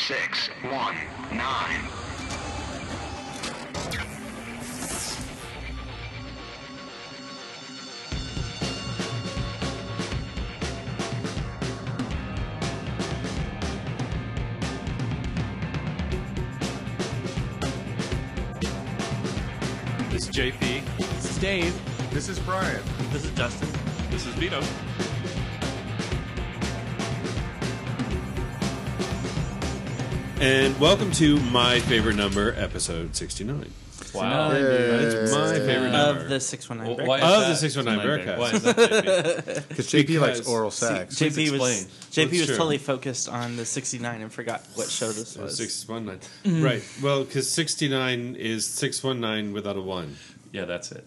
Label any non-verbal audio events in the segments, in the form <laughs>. six one nine. This is JP. This is Dave. This is Brian. This is Dustin. This is Vito. And welcome to my favorite number, episode 69. Wow. Nine, dude. That's my favorite number. Of the oh 619 Why is Of the that oh oh 619 tonight, Barry? Bearcats. Why is that, <laughs> JP? Because JP likes Because- oral sex. Please JP was explain. JP What's was true? totally focused on the 69 and forgot what show this was. Six one nine. Right. Well, because 69 is 619 without a 1. yeah, that's it.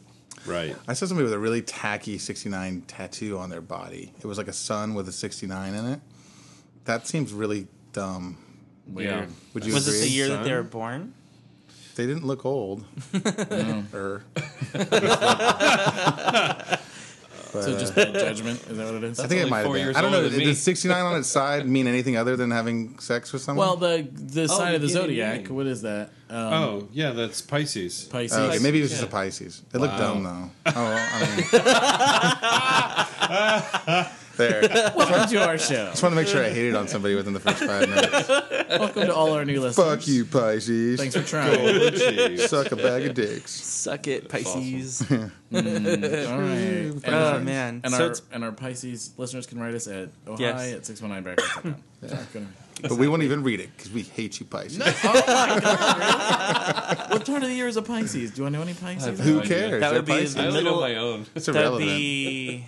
Right. I saw somebody with a really tacky 69 tattoo on their body. It was like a sun with a 69 in it. That seems really dumb. Yeah. Would you was agree? this the year that they son? were born? They didn't look old. Er. So just bad judgment. Is that what it is? I think it only might have four been. years I don't know. older than me. Did 69 on its side mean anything other than having sex with someone? well, the the sign of the yeah, yeah, zodiac. yeah. What is that? Um, Oh, yeah, that's Pisces. Pisces. Oh, okay, maybe it was just <laughs> yeah. a Pisces. It looked dumb though. Oh, well, I mean. there. Just Welcome to our show. want to make sure I hated on somebody within the first five <laughs> minutes. Welcome to all our new listeners. Fuck you, Pisces. Thanks for trying. Oh, <laughs> geez. Suck a bag of dicks. Suck it, Pisces. <laughs> <laughs> all right. And, oh man. and so our it's and our Pisces listeners can write us at ohi Yes. at six one nine <laughs> backwards. But we won't even read it because we hate you, Pisces. What part of the year is a Pisces? Do I know any Pisces? Who No idea. That cares? They're would be Pisces. I only Middle- know my own. It's that'd irrelevant. be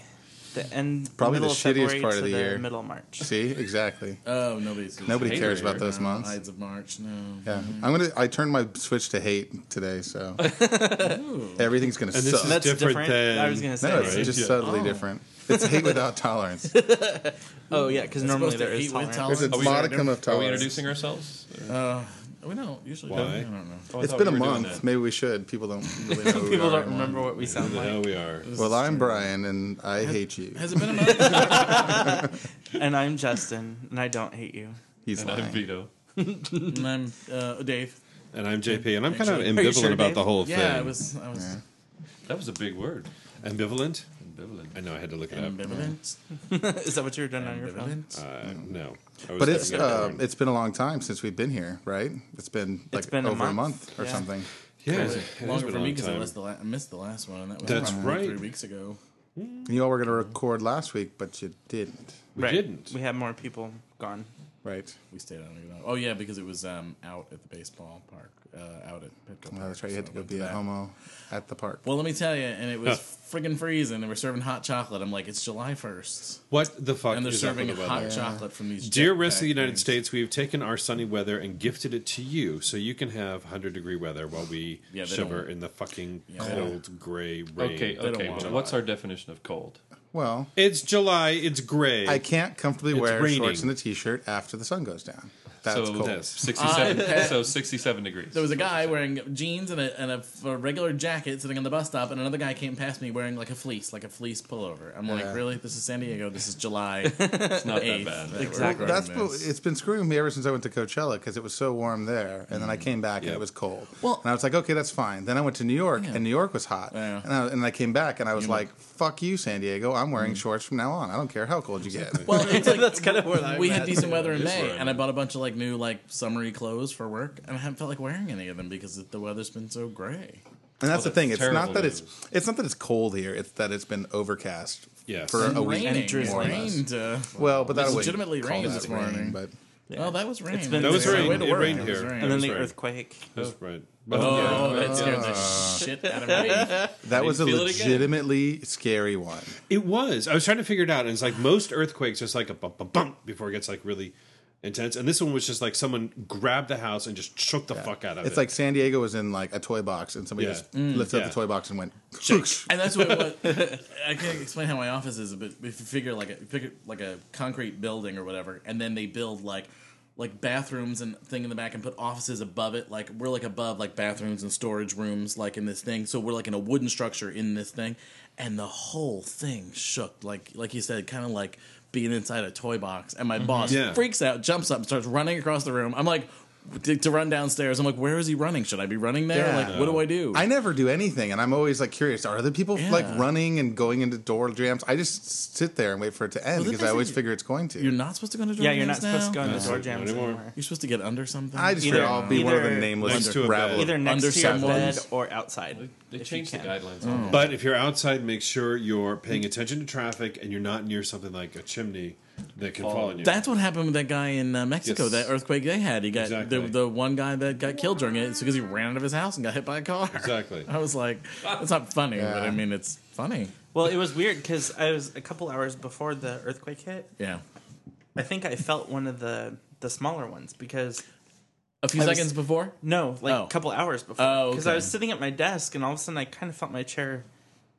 the end Probably middle the of shittiest February part to of the the year. middle of March. See, exactly. Oh, nobody's Nobody Hey cares there. about those months. Ides of March. No. Yeah, I'm gonna. I turned my switch to hate today, so everything's gonna And this suck. is That's different different. than- I was gonna say. no, it's right? just Yeah. subtly different. It's hate without tolerance. Oh yeah, because normally Supposed to there is eat with tolerance. There's a tolerance. we modicum of Are we tolerance. introducing ourselves? Uh, we don't usually. Why? I don't know. Oh, I It's thought been a we were doing month. that. Maybe we should. People don't really know. who we People are don't anymore. remember what we sound Who the like, hell we are. Well, I'm Brian, and I hate you. Has it been a <laughs> month? and I'm Justin, and I don't hate you. <laughs> He's And I'm lying. Vito. and I'm uh, Dave. And I'm JP. And I'm kind of Actually- Are you ambivalent sure, about Dave? the whole Yeah, I thing. was. I was That was a big word. Ambivalent? Ambivalent. I know, I had to look it up. ambivalent. is that what you were doing on your phone? Ambivalent. Uh, no. I was But it's having a uh, different- it's been a long time since we've been here, right? It's been like It's been a over a month. month or Yeah. something. yeah, it Longer has for been a long me because I, time. missed the la- I missed the last one. That was That's around right. Three weeks ago. You all were going to record last week, but you didn't, We didn't. We had more people gone. right? We stayed out. you know. Oh yeah, because it was um, out at the baseball park. Uh, out at Petco. Oh, Park, that's right. You had so to go went be a that. homo at the park. Well, let me tell you, and it was friggin' freezing. They were serving hot chocolate. I'm like, it's July 1st, What the fuck and they're is up with serving the hot weather? chocolate from these. Dear jetpack rest of the United things. States, we have taken our sunny weather and gifted it to you so you can have 100 degree weather while we Yeah, they shiver don't- in the fucking Yeah, they don't- cold gray rain. Okay, don't okay. want but it. what's our definition of cold? Well, It's July, it's gray. I can't comfortably It's wear raining. shorts and a t-shirt after the sun goes down. That's so cold. that's 67 <laughs> so 67 degrees. There was a guy wearing jeans and a, and a, f- a regular jacket sitting on the bus stop, and another guy came past me wearing like a fleece, like a fleece pullover. I'm Yeah. like, really? This is San Diego. This is July. It's it's not that eighth. bad. Like, we're Exactly. That's recording what- this. it's been screwing me ever since I went to Coachella because it was so warm there, and then I came back and Yep. it was cold. Well- and I was like, okay, that's fine. Then I went to New York and New York was hot, Yeah. and, I, and I came back and I was Humid. like, fuck you, San Diego. I'm wearing shorts from now on. I don't care how cold you get. Well, it's like That's kind of where I'm we at. had decent weather in It is May, where I'm and I at. bought a bunch of like new like summery clothes for work, and I haven't felt like wearing any of them because the weather's been so gray. and that's the that's thing. It's terrible not that news. it's it's not that it's cold here. It's that it's been overcast Yes. for a week. Raining, drizzling. it rained. Uh, Well, but that It's would legitimately call rained that this rain, morning. but Oh, that was rain. It's been- That was It's a rain. way to It work. rained It was here. rain. and then was the right. earthquake. That's right. Oh, Yeah. that scared the shit out of me. that was a feel it again. legitimately scary one. It was. I was trying to figure it out, and it's like most earthquakes, it's like a bump, bump, bump before it gets like really intense. And this one was just like someone grabbed the house and just shook the fuck out of it. It's like San Diego was in like a toy box, and somebody Yeah. just lifted Yeah. up the toy box and went. And that's what, what <laughs> I can't explain how my office is, but if you figure like a figure like a concrete building or whatever, and then they build like like bathrooms and thing in the back and put offices above it. Like we're like above like bathrooms and storage rooms like in this thing. So we're like in a wooden structure in this thing, and the whole thing shook like like you said, kind of like being inside a toy box. And my Mm-hmm. boss Yeah. freaks out, jumps up, and starts running across the room. I'm like, to, to run downstairs. I'm like, where is he running? Should I be running there? Yeah. Like, what do I do? I never do anything, and I'm always like curious. Are the people like Yeah. running and going into door jams? I just sit there and wait for it to end Well, the because thing I is always you- figure it's going to. you're not supposed to go into door Yeah, you're not jams supposed to now? go into No, door not jams anymore. anymore. You're supposed to get under something. I just Either- figure I'll be one of the either- nameless Next to a rabble. bed. Either next Under to your someone. bed or outside. They if you changed the can. guidelines. on Mm. that. But if you're outside, make sure you're paying attention to traffic and you're not near something like a chimney that can fall on you. That's what happened with that guy in uh, Mexico. Yes. That earthquake they had. He got Exactly. the, the one guy that got killed during it. It's because he ran out of his house and got hit by a car. Exactly. <laughs> I was like, that's not funny, but Yeah. I mean, it's funny. Well, it was weird because I was a couple hours before the earthquake hit. Yeah. I think I felt one of the the smaller ones because A few I was- seconds before. no, like Oh. a couple hours before. Oh, Because I okay. was sitting at my desk and all of a sudden I kind of felt my chair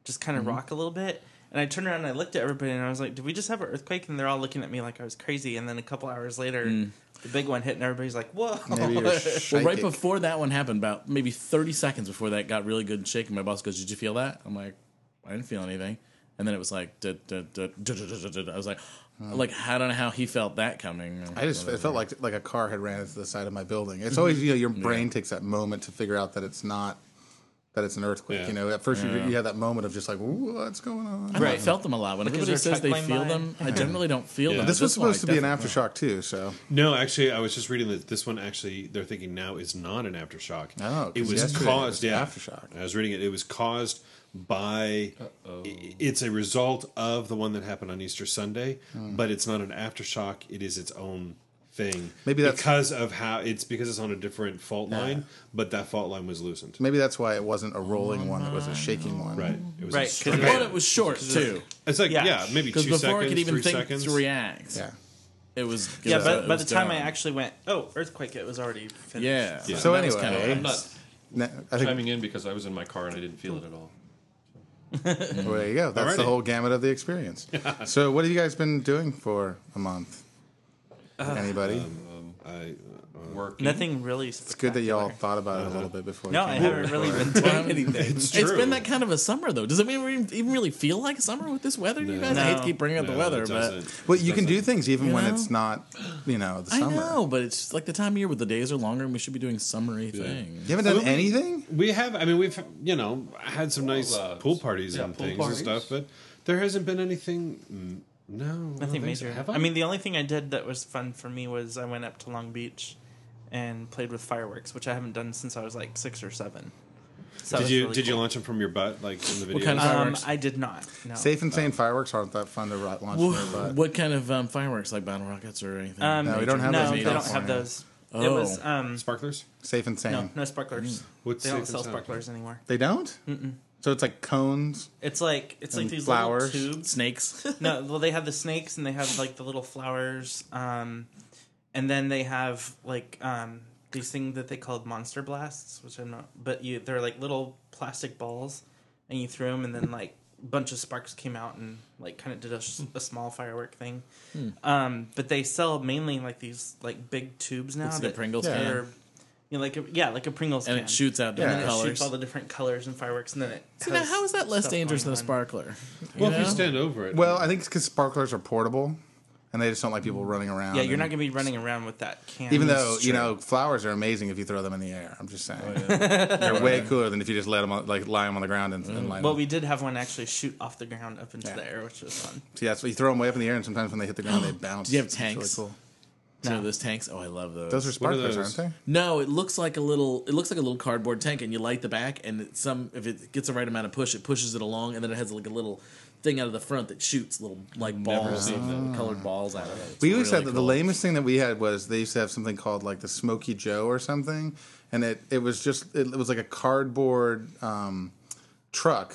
just kind of rock a little bit. And I turned around and I looked at everybody and I was like, "Did we just have an earthquake?" And they're all looking at me like I was crazy. And then a couple hours later, the big one hit and everybody's like, "Whoa!" Maybe <laughs> you're Well, right psychic. before that one happened, about maybe 30 seconds before that got really good and shaking, my boss goes, Did you feel that? I'm like, I didn't feel anything. And then it was like, duh, duh, duh, duh, duh, duh, duh, duh. I was like, like I don't know how he felt that coming. I just it felt like like a car had ran into the side of my building. It's always you know your brain takes that moment to figure out that it's not that it's an earthquake. Yeah. You know, at first you, you have that moment of just like "Ooh, what's going on. I But right. felt them a lot. When everybody there's says they tech line feel by. them, I generally don't feel Yeah. them. This This was one, I supposed to be an definitely- aftershock too. So No, actually, I was just reading that this one actually they're thinking now is not an aftershock. Oh, 'cause it was yesterday it caused. was yeah, aftershock. I was reading it. It was caused by. i- It's a result of the one that happened on Easter Sunday, Hmm. but it's not an aftershock. It is its own thing. Maybe that's- because of how it's because it's on a different fault line, but that fault line was loosened. maybe that's why it wasn't a rolling one; it was a shaking one. Right. It was <laughs> Right, 'cause straight- Well, it was short too, It's like yeah, Yeah. maybe two because before seconds, I could even three think seconds. to react, Yeah. it was. it yeah, was, uh, but it by was the time I done. actually went, "Oh, earthquake!" It was already finished. yeah. Yeah. So that was anyway, kinda I'm I'm nice. not Na- I think chiming in because I was in my car and I didn't feel it at all. well, there you go. That's the Alrighty. whole gamut of the experience. so, what have you guys been doing for a month? Anybody? I, uh, Mm. Work. Nothing really. it's good that y'all thought about it a little bit before. No, you I came haven't here. really been <laughs> doing anything. it's true. It's been that kind of a summer though. Does it even even really feel like summer with this weather? You guys, I hate to No. keep bringing up No, the weather, it but doesn't. Well, you can do things even You when know? it's not, you know, the I summer. know. But it's just like the time of year where the days are longer, and we should be doing summery things. You haven't done anything. We have. I mean, we've you know had some nice Pool, uh, pool parties yeah, and pool things parties. and stuff, but there hasn't been anything. mm, No, I don't Nothing think so. major. Have I mean, the only thing I did that was fun for me was I went up to Long Beach and played with fireworks, which I haven't done since I was like six or seven. So that did was you really did you cool. launch them from your butt like in the video? What kind of- Um, fireworks? I did not. No. Safe and sane fireworks aren't that fun to ro- launch. Wha- from your butt. what kind of um, fireworks, like battle rockets or anything? Um, No, we don't have no, those in they don't have California. those. It was Oh. um, sparklers? Safe and sane. no, no sparklers. Mm. What's they safe don't and sell sound? sparklers anymore. They don't. Mm-mm. So it's like cones. It's like it's like And these flowers. little tubes. snakes. <laughs> No, well, they have the snakes and they have like the little flowers, um, and then they have like um, these things that they called monster blasts, which I'm not. But you, they're like little plastic balls, and you threw them, and then like a bunch of sparks came out and like kind of did a, s- a small firework thing. Hmm. Um, but they sell mainly like these like big tubes now. Looks like a that Pringles they're- can. You know, like a, yeah, like a Pringles and can. it shoots out Yeah. different And it colors. shoots all the different colors and fireworks, and then it. See, now, how is that less stuff dangerous than going a on. sparkler? Well, if you know? stand over it, Well, I think it's because sparklers are portable, and they just don't like people running around. Yeah, you're not and- gonna be running around with that can. Even though you know flowers are amazing if you throw them in the air. I'm just saying they're way cooler than if you just let them on, like lie 'em on the ground and, and line Well, them. we did have one actually shoot off the ground up into the air, which was fun. So yeah, so you throw them way up in the air, and sometimes when they hit the ground, they bounce. Do you have It's tanks? Really cool. So those tanks. Oh, I love those. Those are What are sparklers, those? aren't No, it looks like a little. It looks like a little cardboard tank, and you light the back, and it, some if it gets the right amount of push, it pushes it along, and then it has like a little thing out of the front that shoots little like balls, uh, seen that. colored balls out of it. It's they? We always really had the, the cool. lamest thing that we had was they used to have something called like the Smoky Joe or something, and it it was just it, was like a cardboard um, truck,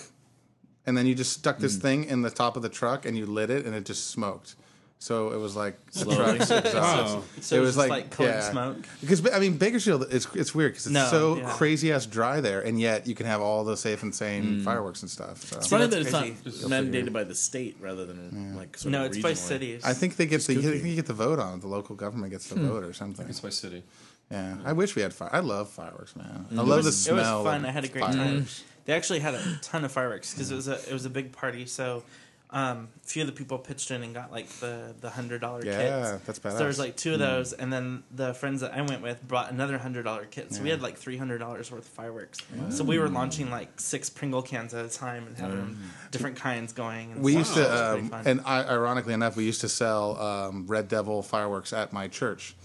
and then you just stuck Hmm. this thing in the top of the truck and you lit it, and it just smoked. So it was like the Slowly. <laughs> truck's exhaust. Oh. So it was just, like, colored smoke? Because I mean Bakersfield, it's it's weird because it's No, so yeah. crazy ass dry there, and yet you can have all the safe and Hmm. sane fireworks and stuff. So. It's funny That's that it's crazy. not mandated by the state rather than uh, like sort No, of it's by regionally. cities. I think they get the, you you get the vote on it. The local government gets the Hmm. vote or something. It's my city. Yeah, I wish we had fire. I love fireworks, man. I love the Mm. it was smell. fun. of I had a great time. fireworks. Mm. They actually had a ton of fireworks because it was a it was a big party. So um, a few of the people pitched in and got like the the hundred dollar Yeah, kits. that's So there was badass. Mm. like two of those, and then the friends that I went with brought another hundred dollar kit. So we had like three hundred dollars worth of fireworks. So we were launching like six Pringle cans at a time and having different kinds going. And Mm. We stuff. used It was to, pretty um, fun. and I, ironically enough, we used to sell um, Red Devil fireworks at my church.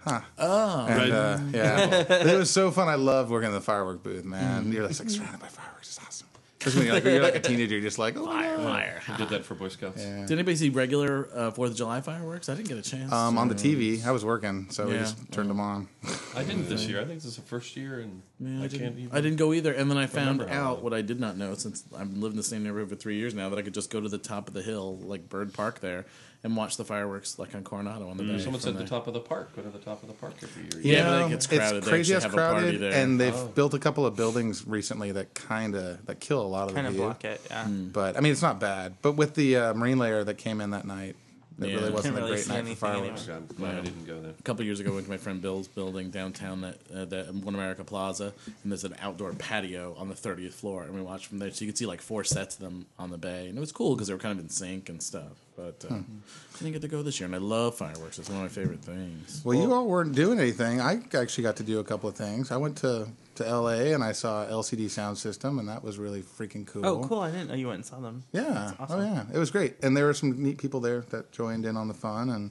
Huh. Oh, Red yeah, it was so fun. I love working in the firework booth, man. Mm. You're just like surrounded by fireworks. It's awesome. Just when you're like, you're like a teenager, you're just like, oh, my God. Fire. I did that for Boy Scouts. Did anybody see regular uh, Fourth of July fireworks? I didn't get a chance. um, on the TV. I was working, so we Yeah. just turned them on. I didn't this year. I think this is the first year, and Mm. Yeah, I, I didn't, can't even. I didn't go either. And then I found remember all out of what I did not know since I've lived in the same neighborhood for three years now that I could just go to the top of the hill, like Bird Park there, and watch the fireworks like on Coronado on the bay. Mm, Someone from said the there. top of the park. Go to the top of the park every year. Yeah, but it gets crowded. It's They crazy actually as have a party crowded, there. and they've Oh. built a couple of buildings recently that kind of that kill a lot of kind the of view. block it. Yeah. Hmm. But I mean, it's not bad. But with the uh, marine layer that came in that night, Yeah. it really Couldn't wasn't a really great see night for anything fireworks. anyway. I'm glad I didn't go then. a couple years ago, I went to my friend Bill's building downtown that uh, that One America Plaza, and there's an outdoor patio on the 30th floor, and we watched from there, so you could see like four sets of them on the bay, and it was cool because they were kind of in sync and stuff. But uh, Hmm. I didn't get to go this year, and I love fireworks; it's one of my favorite things. Well, you all weren't doing anything. I actually got to do a couple of things. I went to to L.A. and I saw LCD Sound System, and that was really freaking cool. Oh, cool! I didn't know you went and saw them. Yeah. awesome. Oh, yeah. It was great. And there were some neat people there that joined in on the fun. And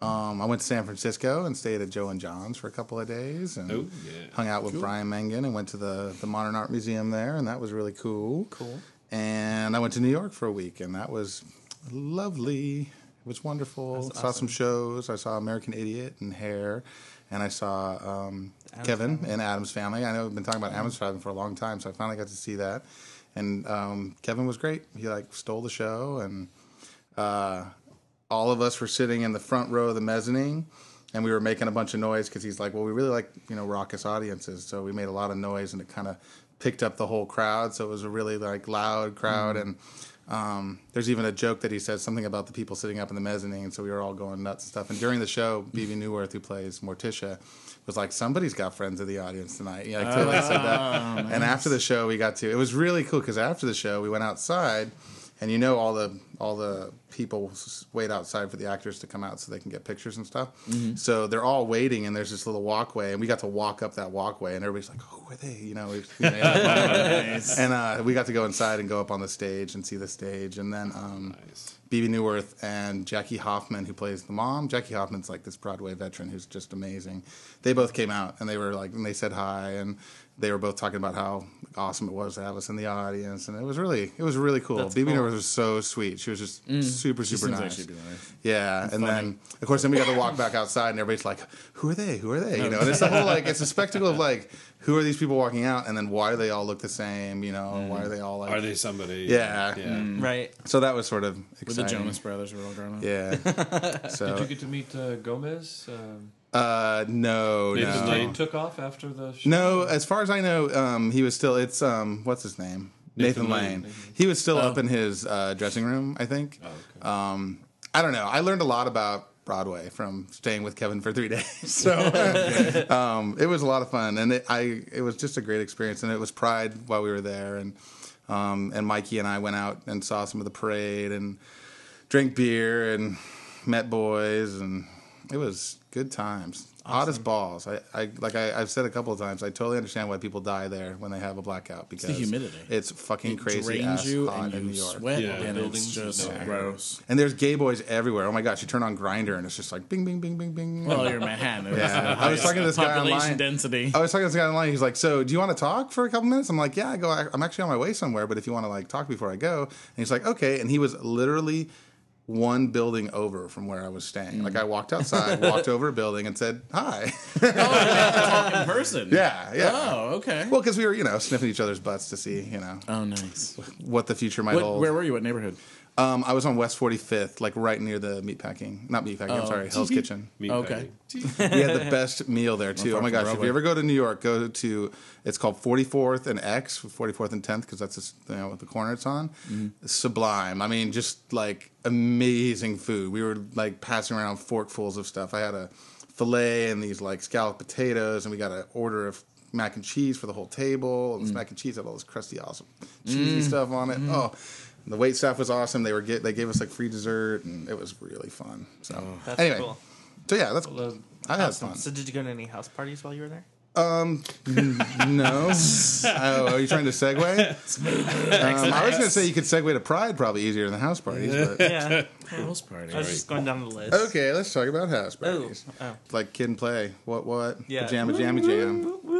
um, I went to San Francisco and stayed at Joe and John's for a couple of days and Oh, yeah. hung out with Brian Mengen and went to the, the Modern Art Museum there. And that was really cool. Cool. And I went to New York for a week, and that was lovely. It was wonderful. Saw some shows. I saw American Idiot and Hair, and I saw um, Addams Kevin and Adam's Family. I know we've been talking about Adam's Family for a long time, so I finally got to see that. And um, Kevin was great. He like stole the show, and uh, all of us were sitting in the front row of the mezzanine. And we were making a bunch of noise because he's like, "Well, we really like you know raucous audiences," so we made a lot of noise, and it kind of picked up the whole crowd. So it was a really like loud crowd, and um, there's even a joke that he says something about the people sitting up in the mezzanine, and so we were all going nuts and stuff. And during the show, BB Newworth, who plays Morticia, was like, "Somebody's got friends in the audience tonight." Yeah, like, totally said that. And after the show, we got to. It was really cool because after the show, we went outside, and you know all the all the people s- wait outside for the actors to come out so they can get pictures and stuff. So they're all waiting, and there's this little walkway, and we got to walk up that walkway, and everybody's like, "Who are they?" You know, we, you know, and uh, we got to go inside and go up on the stage and see the stage, and then um, BB Newworth and Jackie Hoffman, who plays the mom. Jackie Hoffman's like this Broadway veteran who's just amazing. They both came out and they were like, and they said hi, and they were both talking about how awesome it was to have us in the audience, and it was really, it was really cool. That's BB cool. Newworth was so sweet. She was just super, super seems nice. actually pretty nice. Yeah, and then of course then we got to walk back outside, and everybody's like, "Who are they? Who are they?" You know, and it's the whole like it's a spectacle of like, who are these people walking out, and then why do they all look the same? You know, Mm. and why are they all like? Are they somebody? Yeah. Mm. Yeah. Right. So that was sort of With the exciting. Jonas Brothers were all grown up. <laughs> Yeah. Did you so get to meet uh, Gomez? Um, uh, no, they just- they no, took off after the show. no. As far as I know, um, he was still. It's um, what's his name? Nathan, Nathan Lane. Lane. Oh. He was still up in his uh, dressing room, I think. Uh, um, I don't know. I learned a lot about Broadway from staying with Kevin for three <laughs> days. <laughs> So um, it was a lot of fun, and it, I it was just a great experience, and it was Pride while we were there, and um, and Mikey and I went out and saw some of the parade and drank beer and met boys, and it was good times. Hot as balls. I, I like I, I've said a couple of times. I totally understand why people die there when they have a blackout because humidity. It's fucking It crazy. drains Ass you hot and in you New York. sweat, Yeah. and it's Buildings, just no. gross. And there's gay boys everywhere. Oh my gosh, you turn on Grinder and it's just like bing, bing, bing, bing, <laughs> bing. Well, you're in Manhattan. It's Yeah. the I was highest talking to this guy population online. Oh. density. I was talking to this guy online. He's like, "So, do you want to talk for a couple minutes?" I'm like, "Yeah." I go, "I- "I'm actually on my way somewhere, but if you want to like talk before I go," and he's like, "Okay." And he was literally one building over from where I was staying. Like, I <laughs> walked outside, walked over a building, and said, "Hi." in person. yeah, yeah. Oh, okay. Well, because we were, you know, sniffing each other's butts to see, you know, oh, nice. what the future might What, hold. where were you? What neighborhood? um, I was on West 45th, like right near the meatpacking, not meatpacking. Oh. I'm sorry, <laughs> Hell's Kitchen. Meat Okay. <laughs> packing. we had the best meal there too. Oh my gosh! If you ever go to New York, go to it's called 44th and X, 44th and 10th, because that's just, you know, the corner it's on. Sublime. I mean, just like amazing food. We were like passing around forkfuls of stuff. I had a fillet and these like scalloped potatoes, and we got an order of mac and cheese for the whole table. And this mac and cheese had all this crusty, awesome cheesy stuff on it. Oh. The wait staff was awesome. They were get they gave us like free dessert and it was really fun. So That's anyway, cool. so yeah, that's Well, uh, I had fun. So did you go to any house parties while you <laughs> were there? No, oh, are you trying <laughs> to segue? Um, I was going to say you could segue to Pride probably easier than house parties, but Yeah, House party. I was just going down the list. Okay, let's talk about house Oh, parties. oh. Like kid and play. What what? Yeah. Pajama jammy jam. Well,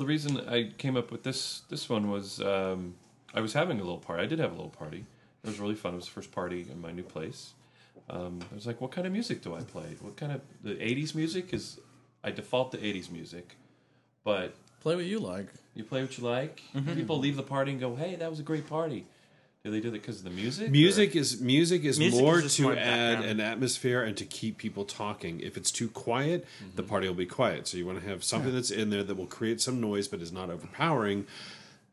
the reason I came up with this this one was um, I was having a little party. I did have a little party. It was really fun. It was the first party in my new place. Um, I was like, what kind of music do I play? What kind of the '80s music is? I default to '80s music, but Play what you like. you play what you like. Mm-hmm. People leave the party and go, "Hey, that was a great party." Do they do that because of the music? or- Music is music is Music more is just to more add an background. atmosphere and to keep people talking. If it's too quiet, the Mm-hmm. party will be quiet. So you want to have something that's in there that will create some noise but is not overpowering,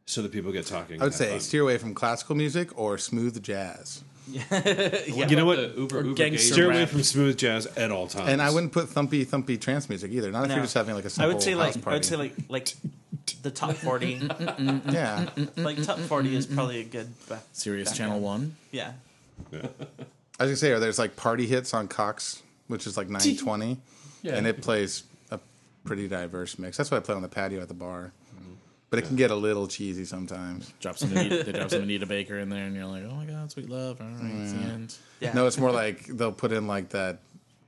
so that people get talking. I would say steer away from classical music or smooth jazz. you know what? the Uber Or Uber gangster steer gay- rap. away from smooth jazz at all times. And I wouldn't put thumpy thumpy trance music either. Not if No. you're just having like a I simple would say house like I party. would say like like the top forty. yeah. like top forty is probably a good. <laughs> Back, Serious Channel One. yeah. I was gonna say, or there's like party hits on Cox, which is like nine twenty, Yeah. and it plays a pretty diverse mix. That's what I play on the patio at the bar. Mm-hmm. But it can get a little cheesy sometimes. Drop some. Anita, they drop <laughs> some Anita Baker in there, and you're like, oh my god, sweet love. All right, it's the end. Yeah. No, it's more like they'll put in like that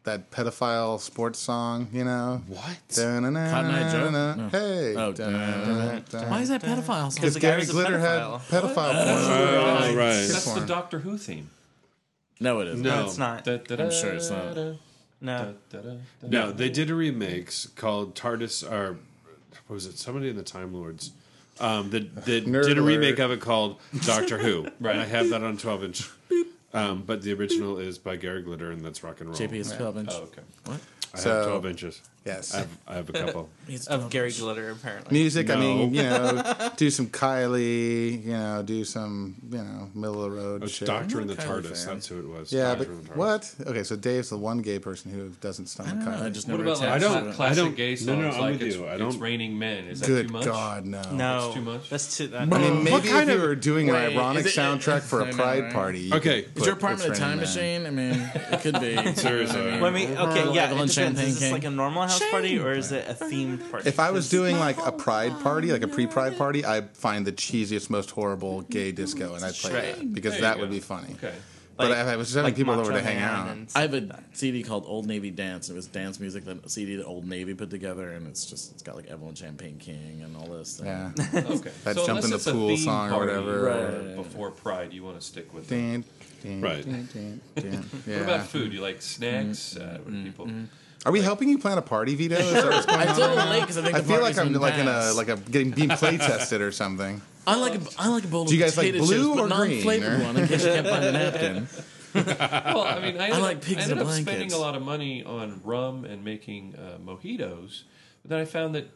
that pedophile sports song, you know. What? Cotton Eye Joe? No. Hey. Oh, Dun-dun-dun-dun. Why is that pedophile? song? the guy Gary was a Glitter had pedophile. Uh, pedophile. porn. Oh, right. That's the porn. Doctor Who theme. No, it isn't. No. it's not. I'm sure it's not. No. No, they did a remix called TARDIS or what was it? Somebody in the Time Lords. Um, that that Nerd did a alert. remake of it called Doctor Who. Right. I have that on twelve inch. Um, but the original is by Gary Glitter and that's rock and roll. JP is twelve inch. Oh, okay. I So- have twelve inches. I uh, Yes. have, I have a <laughs> couple. He's Of Gary Glitter, apparently. Music, I mean, No. you <laughs> know, do some Kylie, you know, do some, you know, middle of the road It's shit. Doctor in the not a Kylie TARDIS. fan. That's who it was. Yeah, Doctor but in the TARDIS. what? Okay, so Dave's the one gay person who doesn't stomach I don't know, I Kylie. just What never about like attached I to don't- it. classic I don't- gay songs? no, no, I'm like with it's, you. I it's don't- raining men. Is that Good too much? God, no. No, That's too much? That's too. that- I mean, What maybe if kind you of- were doing Wait, an ironic is it- soundtrack for I a know, pride right? party. you Okay. could Is your put apartment a It's time Raining Men. machine? I mean, it could be. Seriously. Well, I mean, okay, yeah. It Evelyn depends. Is this Champagne like a King. normal house party or is it a themed party? If I was doing like a pride party, like a pre-pride party, I'd find the cheesiest, most horrible gay disco, and I'd play that because There you that go. would be funny. <laughs> Okay. But Like- if I was just having like people Macho over to hang Man out, and- I have a CD called Old Navy Dance. It was dance music that CD that Old Navy put together, and it's just it's got like Evelyn Champagne King and all this. Thing. <laughs> yeah. Okay. That jump in unless the it's a pool theme song or party whatever. Right. Before Pride, you want to stick with it. Dun, dun, Right. dun, dun, dun. What Yeah. about food? You like Mm-hmm. snacks? Uh, what do people? Are we helping you plan a party, Vito? Is <laughs> that what's going I on told right him late now? because I think I the feel like party's I'm been like in a past. like a getting being play tested or something. I like a, I like a bowl Do you of guys like potato blue chips, or but green, non-flavored or- one in case you can't <laughs> find a napkin. Well, I mean, I ended, like up, pigs I ended in a up blanket. spending a lot of money on rum and making uh, mojitos, but then I found that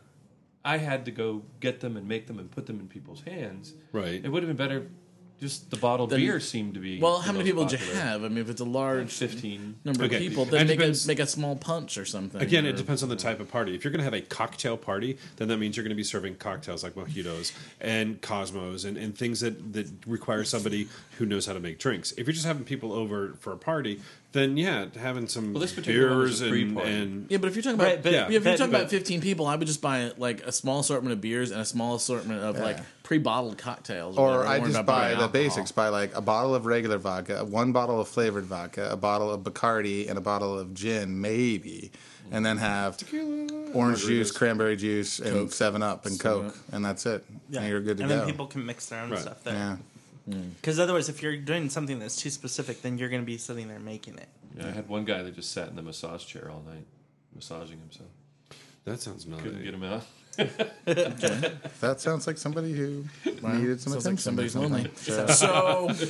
I had to go get them and make them and put them in people's hands. Right. It would have been better. Just the bottled Then- beer seemed to be. Well, the how many most people did you popular. have? I mean, if it's a large Fifteen. number Okay. of people, It then make a, depends- make a small punch or something. Again, or, it depends on the type of party. If you're going to have a cocktail party, then that means you're going to be serving cocktails like mojitos and cosmos and, and things that, that require somebody who knows how to make drinks. If you're just having people over for a party, then yeah, having some Well, this particular one beers was a and, pre-party. and Yeah, but if you're talking about Right, but- yeah, Yeah. if you're but- talking about but- 15 people, I would just buy like a small assortment of beers and a small assortment of like pre-bottled cocktails. Or whatever. I Don't worry just about buy buying the alcohol. basics, buy like a bottle of regular vodka, one bottle of flavored vodka, a bottle of Bacardi, and a bottle of gin, maybe, and then have orange juice, cranberry juice, and Seven Up and Coke, and that's it. Yeah. And you're good to and go. then people can mix their own Right. stuff there. yeah. Because otherwise, if you're doing something that's too specific, then you're going to be sitting there making it. Yeah, I had one guy that just sat in the massage chair all night, massaging himself. that sounds nice. Couldn't get him out. That sounds like somebody who needed some Sounds attention. like somebody's or something. lonely. <laughs> So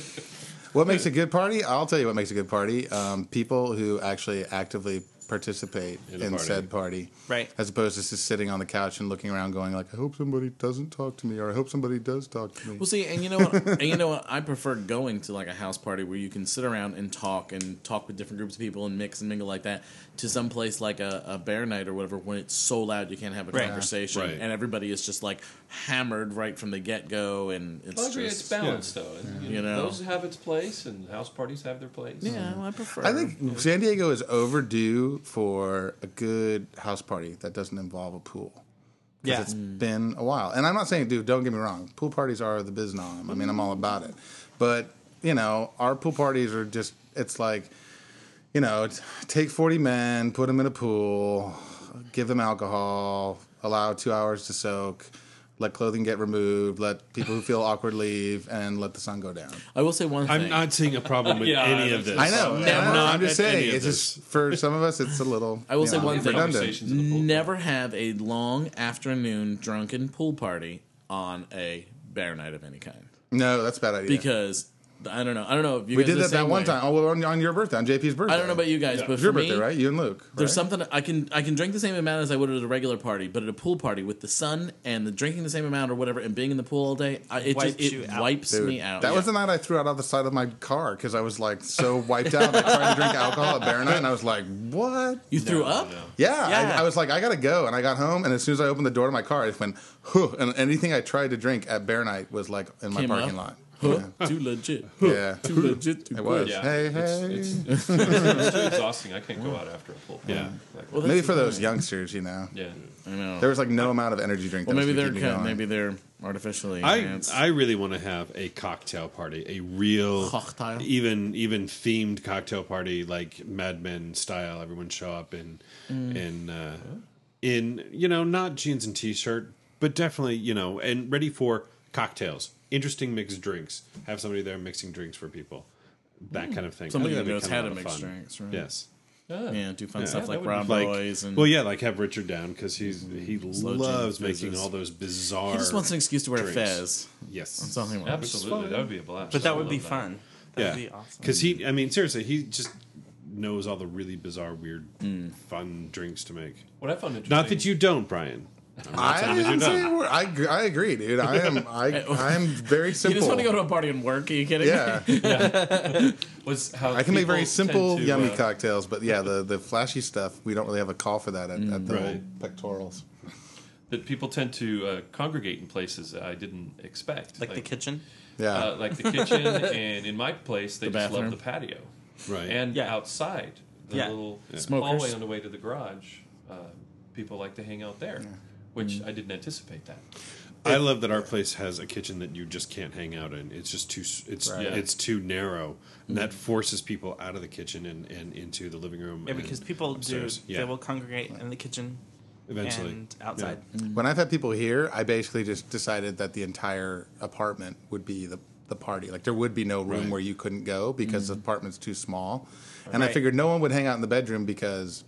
What makes a good party? I'll tell you what makes a good party. Um, people who actually actively participate In in, the party. said party. Right. As opposed to just sitting on the couch and looking around going like, I hope somebody doesn't talk to me or I hope somebody does talk to me. Well, see, and you know what, and you know what, I prefer going to like a house party where you can sit around and talk and talk with different groups of people and mix and mingle like that. To some place like a, a bear night or whatever, when it's so loud you can't have a Right. conversation, Right. and everybody is just like hammered right from the get go, and it's I agree. just It's balanced though. And, you, You know, know. those have its place, and house parties have their place. yeah. well, I prefer. I think San Diego is overdue for a good house party that doesn't involve a pool. 'Cause Yeah. it's been a while. And I'm not saying, dude, don't get me wrong. Pool parties are the biz nom. I mean, I'm all about it. But, you know, our pool parties are just, it's like, you know, it's take 40 men, put them in a pool, give them alcohol, allow two hours to soak, let clothing get removed, let people who feel awkward leave, and let the sun go down. I will say one thing. I'm not seeing a problem with <laughs> Yeah, any of that's- this. I know. I'm I know. not I'm just at any saying. of It's this. just for some of us, it's a little. I will you say know, one thing. redundant. Conversations in the pool. Never have a long afternoon drunken pool party on a bear night of any kind No, that's a bad idea. because I don't know. I don't know if you we guys did are the that that same one way. time. Oh, well, on, on your birthday, on JP's birthday. I don't know about you guys, but It's your for birthday, me, right? You and Luke. There's right? something I can I can drink the same amount as I would at a regular party, but at a pool party with the sun and the drinking the same amount or whatever and being in the pool all day, I, it Wipes just you it out. wipes Dude, me out. That was Yeah. the night I threw out of the side of my car because I was like so wiped out. I tried to drink alcohol at Bear Night, and I was like, "What? you threw up. Yeah." Yeah. I, I was like, "I gotta go," and I got home, and as soon as I opened the door to my car, it went, "Huh," and anything I tried to drink at Bear Night was like in my Came parking up. lot. Huh? Too legit. <laughs> Yeah. yeah. Too legit. Too It was. good. Yeah. Hey, it's, hey. <laughs> It's, it's, it's too exhausting. I can't go out after a pool. party. Yeah. Like, Well, Maybe that's- for those youngsters, you know, yeah. I know. there was like no amount of energy drink. well, that was maybe they're gonna keep me kind, going. maybe they're artificially. I, enhanced. I really want to have a cocktail party, a real Cocktail. even even themed cocktail party like Mad Men style. Everyone show up in Mm. in uh, in you know not jeans and t shirt, but definitely you know and ready for cocktails, interesting mixed drinks. Have somebody there mixing drinks for people, that kind of thing. I Hmm. Somebody think that that'd knows be how kind of to a lot mix of fun. drinks, right? Yes. Ah. yeah, do fun Yeah. stuff That like would be Rob Like, Boys and Mm-hmm. well, yeah, like have Richard down because he's he loves making fizzes. making all those bizarre. he just wants an excuse to wear a drinks. fez. Yes, Something like that. Absolutely, that would be a blast. But I that would love be fun. That would be awesome. Because he, I mean, seriously, he just knows all the really bizarre, weird, fun drinks to make. What I found interesting. Not that you don't, Brian. I'm not I saying that you didn't say a don't. word. I, gr- I agree, dude. I am <laughs> I I am very You simple. just want to go to a party and work? Are you kidding? me? yeah, was how I can make very people simple, tend to, yummy uh, cocktails, but <laughs> yeah, the, the flashy stuff we don't really have a call for that at, Mm, at the Right. whole pectorals. that people tend to uh, congregate in places that I didn't expect, like the kitchen. Yeah, uh, like the kitchen, and in my place they The just love bathroom. the patio, Right. And Yeah. outside, the Yeah. little Smokers. hallway on the way to the garage, uh, people like to hang out there, which Mm-hmm. I didn't anticipate that. I love that our place has a kitchen that you just can't hang out in. It's just too s- it's Right. Yeah. it's too narrow, and that forces people out of the kitchen and, and into the living room. Yeah, and because people upstairs. do. Yeah, They will congregate in the kitchen eventually and outside. when I've had people here, I basically just decided that the entire apartment would be the the party. Like there would be no room Right. where you couldn't go because Mm. the apartment's too small. And I Right. figured no one would hang out in the bedroom because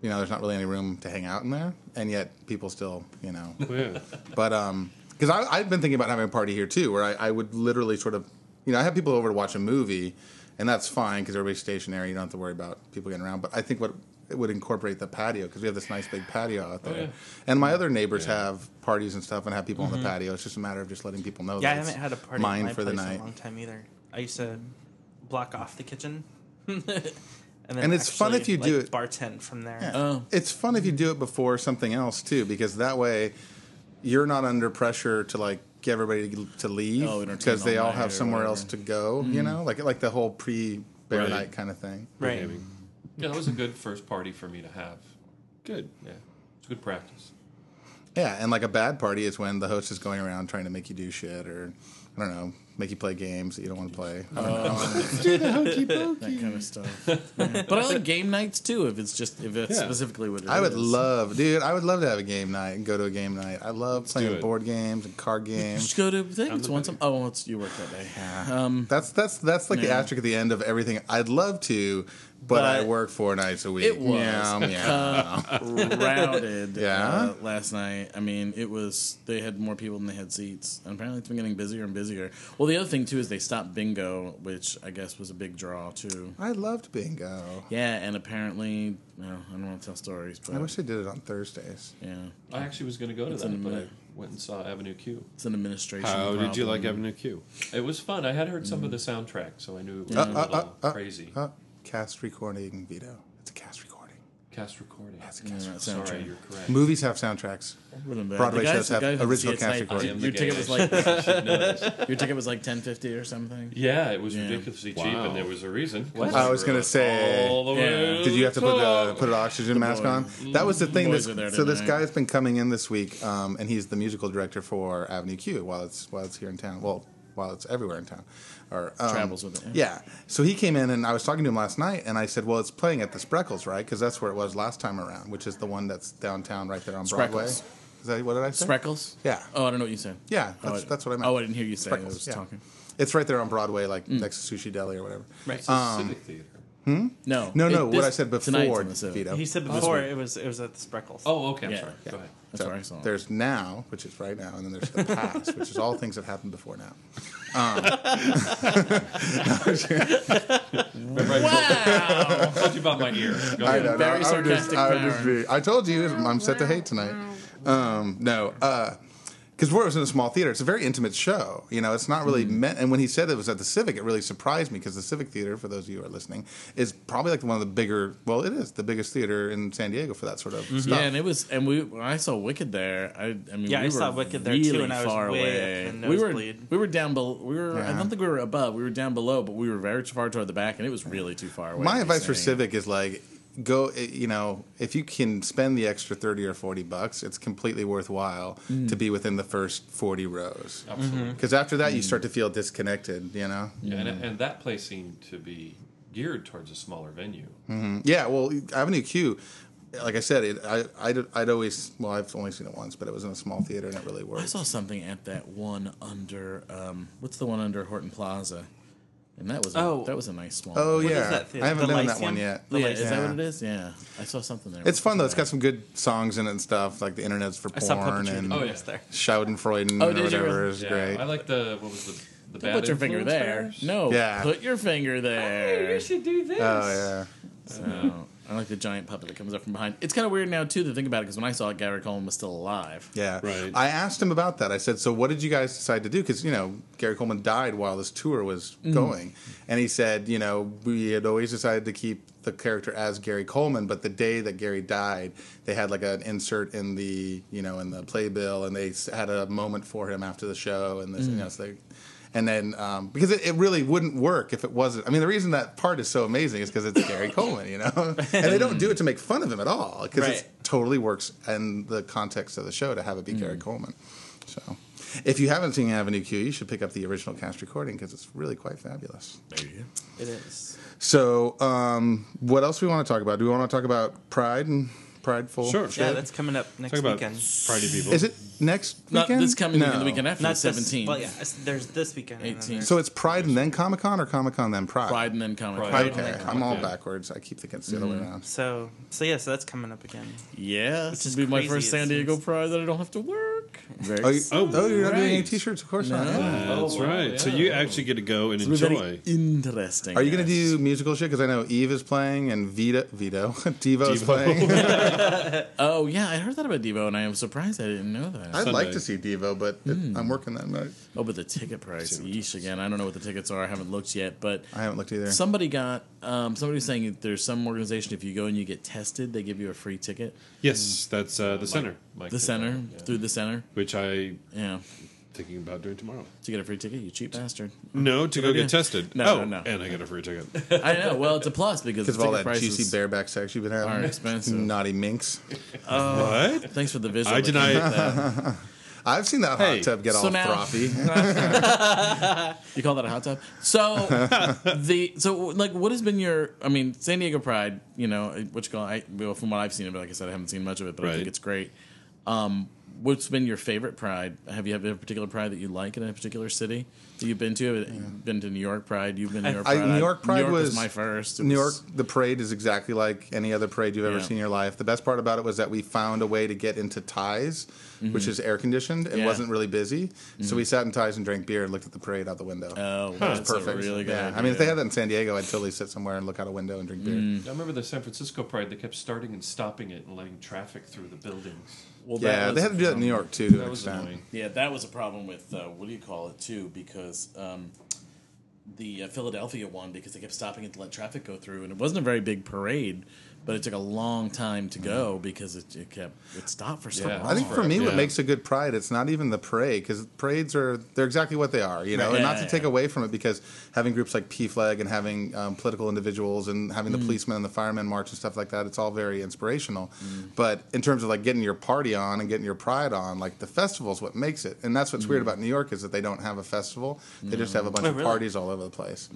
you know there's not really any room to hang out in there, and yet people still you know Yeah. Well, yeah. But um, because I've been thinking about having a party here too, where I, I would literally sort of, you know, I have people over to watch a movie, and that's fine because everybody's stationary. You don't have to worry about people getting around. But I think what it would incorporate the patio because we have this nice big patio Oh, out there, yeah. and my other neighbors have parties and stuff and have people on the patio. It's just a matter of just letting people know. Mm-hmm. Yeah, I that it's haven't had a party mine at my for place the night. in a long time either. I used to block off the kitchen, and, then And it's fun actually, if you like, do it- Bartend from there. Oh. It's fun if you do it before something else too, because that way you're not under pressure to like get everybody to, to leave Oh, entertain because they all all night or have somewhere else to whatever. Mm-hmm. go. You know, like like the whole pre bear Right. night kind of thing. right. Behaving. Yeah, that was a good first party for me to have. Good. Yeah, it's good practice. Yeah, and like a bad party is when the host is going around trying to make you do shit or I don't know, make you play games that you don't want to play. I Oh, don't know. that kind of stuff. Yeah. But I like game nights too. If it's just if it's Yeah. specifically what it I would is. love, dude. I would love to have a game night and go to a game night. I love do playing it. board games and <laughs> card games. Just go to I think it's once. a- Oh, <laughs> well, it's, you work that day. Um, That's that's that's like the Yeah. asterisk at the end of everything. I'd love to, but I But- work four nights a week. It was. Uh-huh. Yeah, <laughs> yeah. crowded Yeah? uh, last night. I mean, it was they had more people than they had seats, and apparently it's been getting busier and busier. Well, the other thing too is they stopped bingo, which I guess was a big draw too. I loved bingo. Yeah, and apparently, well, I don't want to tell stories, but I wish they did it on Thursdays. yeah, I actually was going to go to in that, the but I middle. went and saw Avenue Q. it's an administration. How did you problem. like Avenue Q? It was fun. I had heard some of the soundtrack, so I knew it was a Mm-hmm. Uh, little uh, uh, crazy. Uh, cast recording veto. It's a cast recording. Cast recording. It's a Yeah, cast that recording. soundtrack. Sorry, you're correct. Movies have soundtracks. Would've been- Broadway the guys- shows the have guys who see original it tonight, cast recording. I am Your the ticket gay was guy. <laughs> <laughs> like I should know this. your ticket was like ten fifty or something. Yeah, it was Yeah. ridiculously cheap, Wow. and there was a reason. I was gonna say, All the way Yeah. Did you have to put the top. put an oxygen mask on? That was the thing. boys This, were there so this tonight. guy's been coming in this week, um, and he's the musical director for Avenue Q while it's while it's here in town. Well, while it's everywhere in town, or um, Travels with it, Yeah. So he came in, and I was talking to him last night, and I said, "Well, it's playing at the Spreckles, right? Because that's where it was last time around, which is the one that's downtown, right there on Broadway." Spreckles. Is that what did I say? Spreckles? Yeah. Oh, I don't know what you said. Yeah, Oh, that's, I- that's what I meant. Oh, I didn't hear you say. it. I Spreckles, was yeah. talking. Mm. It's right there on Broadway, like next to Sushi Deli or whatever. It's a Um, civic theater. No, No, it- no. this- what I said tonight's before, in the Civic. Vito. He said before it was it was at the Spreckles. Oh, okay. I'm Yeah. sorry. Go ahead. That's where I saw. it. There's now, which is right now, and then there's <laughs> the past, which is all things that happened before now. Remember I told- I told, you about <laughs> my ear. Go I ahead. know, Very I would just- sarcastic I would just Baron. be- I told you, I'm set to hate tonight. Um, no, because we're in a small theater. It's a very intimate show. You know, it's not really Mm-hmm. meant. And when he said it was at the Civic, it really surprised me because the Civic Theater, for those of you who are listening, is probably like one of the bigger. Well, it is the biggest theater in San Diego for that sort of stuff. Mm-hmm. Yeah, and it was, and we when I saw Wicked there. I, I mean, Yeah, we I saw were Wicked there, too, really and I was far way away. up in we were nosebleed. we were down below. We were I Yeah. don't think we were above. We were down below, but we were very far toward the back, and it was really too far away. to My be advice for sitting. Civic is like go eh, you know if you can spend the extra 30 or 40 bucks it's completely worthwhile Mm. to be within the first 40 rows Oh. Absolutely. because after that Mm. you start to feel disconnected you know Yeah, and, and that place seemed to be geared towards a smaller venue. Mm. Yeah, well, Avenue Q, like I said, it, I, I'd, I'd always, well, I've only seen it once, but it was in a small theater and it really I worked. saw something at that one under um, what's the one under Horton Plaza, and that was a, Oh. that was a nice small. oh, one. yeah. is that theater? I haven't The been in that Lyceum? one yet. The yeah, Lyceum. is that Yeah. what it is? Yeah, I saw something there. It's fun, though. It's got some good songs in it and stuff, like the internet's for I saw porn puppetry. and Oh, Oh, yeah. yes, there. Schadenfreude Oh, or did you whatever really? is Yeah, great. I like the what was the the bad Put your finger influence there. bars? No, Yeah. put your Oh, finger there. should do this. oh, yeah. No, Oh, I like the giant puppet that comes up from behind. It's kind of weird now too to think about it because when I saw it, Gary Coleman was still alive. Yeah. Right. I asked him about that. I said, "So what did you guys decide to do?" Because you know Gary Coleman died while this tour was going, and he said, "You know, we had always decided to keep the character as Gary Coleman, but the day that Gary died, they had like an insert in the you know in the playbill, and they s- had a moment for him after the show, and this you know." So they, and then, um, because it, it really wouldn't work if it wasn't. I mean, the reason that part is so amazing is because it's Gary Coleman, you know? And they don't do it to make fun of him at all because it's Right. totally works in the context of the show to have it be Mm. Gary Coleman. So, if you haven't seen Avenue Q, you should pick up the original cast recording because it's really quite fabulous. It is. So, um, what else we want to talk about? Do we want to talk about Pride and prideful? Sure. shit? Yeah, that's coming up next Talk about weekend. party people. Is it next Not weekend? this coming No. weekend, the weekend after, Not the 17th. This, well, yeah, it's- there's this weekend. and then 18th. So it's Pride and then Comic Con, or Comic Con then Pride? Pride and then Mm-hmm. Comic Con. Pride. Okay, I'm all backwards. I keep thinking it's the other way around. So, so yeah, so that's coming up again. Yeah, this is will be my crazy, first it San Diego seems. Pride that I don't have to work. Very Oh, you, Oh, oh, you're not doing any right. T-shirts, of course not. That's Oh, wow, right. So yeah. you actually get to go and It'll be enjoy. very interesting. Are you going to yes. do musical shit? Because I know Eve is playing and Vito, Vito, <laughs> Devo's Devo. playing. Oh yeah, I heard that about Devo, and I am surprised I didn't know that. I'd Sunday. like to see Devo, but it- Hmm. I'm working that night. oh, but the ticket price, yeesh! Again, I don't know what the tickets are. I haven't looked yet, but I haven't looked either. somebody got um, somebody was saying that there's some organization if you go and you get tested, they give you a free ticket. Mm. Yes, that's uh, the center, Mike The did center that, yeah. through the center, which I yeah. thinking about doing tomorrow. To get a free ticket, you cheap bastard. No, to go yeah. get tested. oh, No, no, no. And I get a free ticket. I know. Well, it's a plus because because the of all ticket that prices juicy bareback sex you've been having. are expensive. <laughs> Naughty minx. what? Thanks for the visual. I deny- that. I've seen that Hey, hot tub get so all now- <laughs> frothy. You call that a hot tub? <laughs> So the so like what has been your? I mean, San Diego Pride. You know what you call? I well, from what I've seen of it, like I said, I haven't seen much of it, but I Right. think it's great. Um, what's been your favorite Pride? Have you have a particular Pride that you like in a particular city that you've been to? You've been to New York Pride. You've been to New York I- Pride. New York Pride was- my first. It New York, was- the parade is exactly like any other parade you've ever Yeah. seen in your life. The best part about it was that we found a way to get into ties, which is air conditioned and Mm-hmm. Yeah. wasn't really busy. So we sat in ties and drank beer and looked at the parade out the window. Oh, that's, It's perfect. really good. yeah. I mean, if they had that in San Diego, I'd totally sit somewhere and look out a window and drink beer. Mm. I remember the San Francisco Pride. They kept starting and stopping it and letting traffic through the buildings. well, that Yeah, was they had to do that in New York too. To That an was extent. annoying. Yeah, that was a problem with uh, what do you call it too? Because um, the uh, Philadelphia one, because they kept stopping it to let traffic go through, and it wasn't a very big parade, but it took a long time to go because it, it kept it stopped for so Yeah. long. Mm-hmm. I think for me, what Yeah. makes a good pride, it's not even the parade because parades are they're exactly what they are, you know. and not Yeah, to yeah, take yeah. away from it, because having groups like P Flag and having um, political individuals and having the policemen and the firemen march and stuff like that, it's all very inspirational. But in terms of like getting your party on and getting your pride on, like the festival's what makes it, and that's what's weird about New York is that they don't have a festival; they just have a bunch Oh, of really? parties all over the place.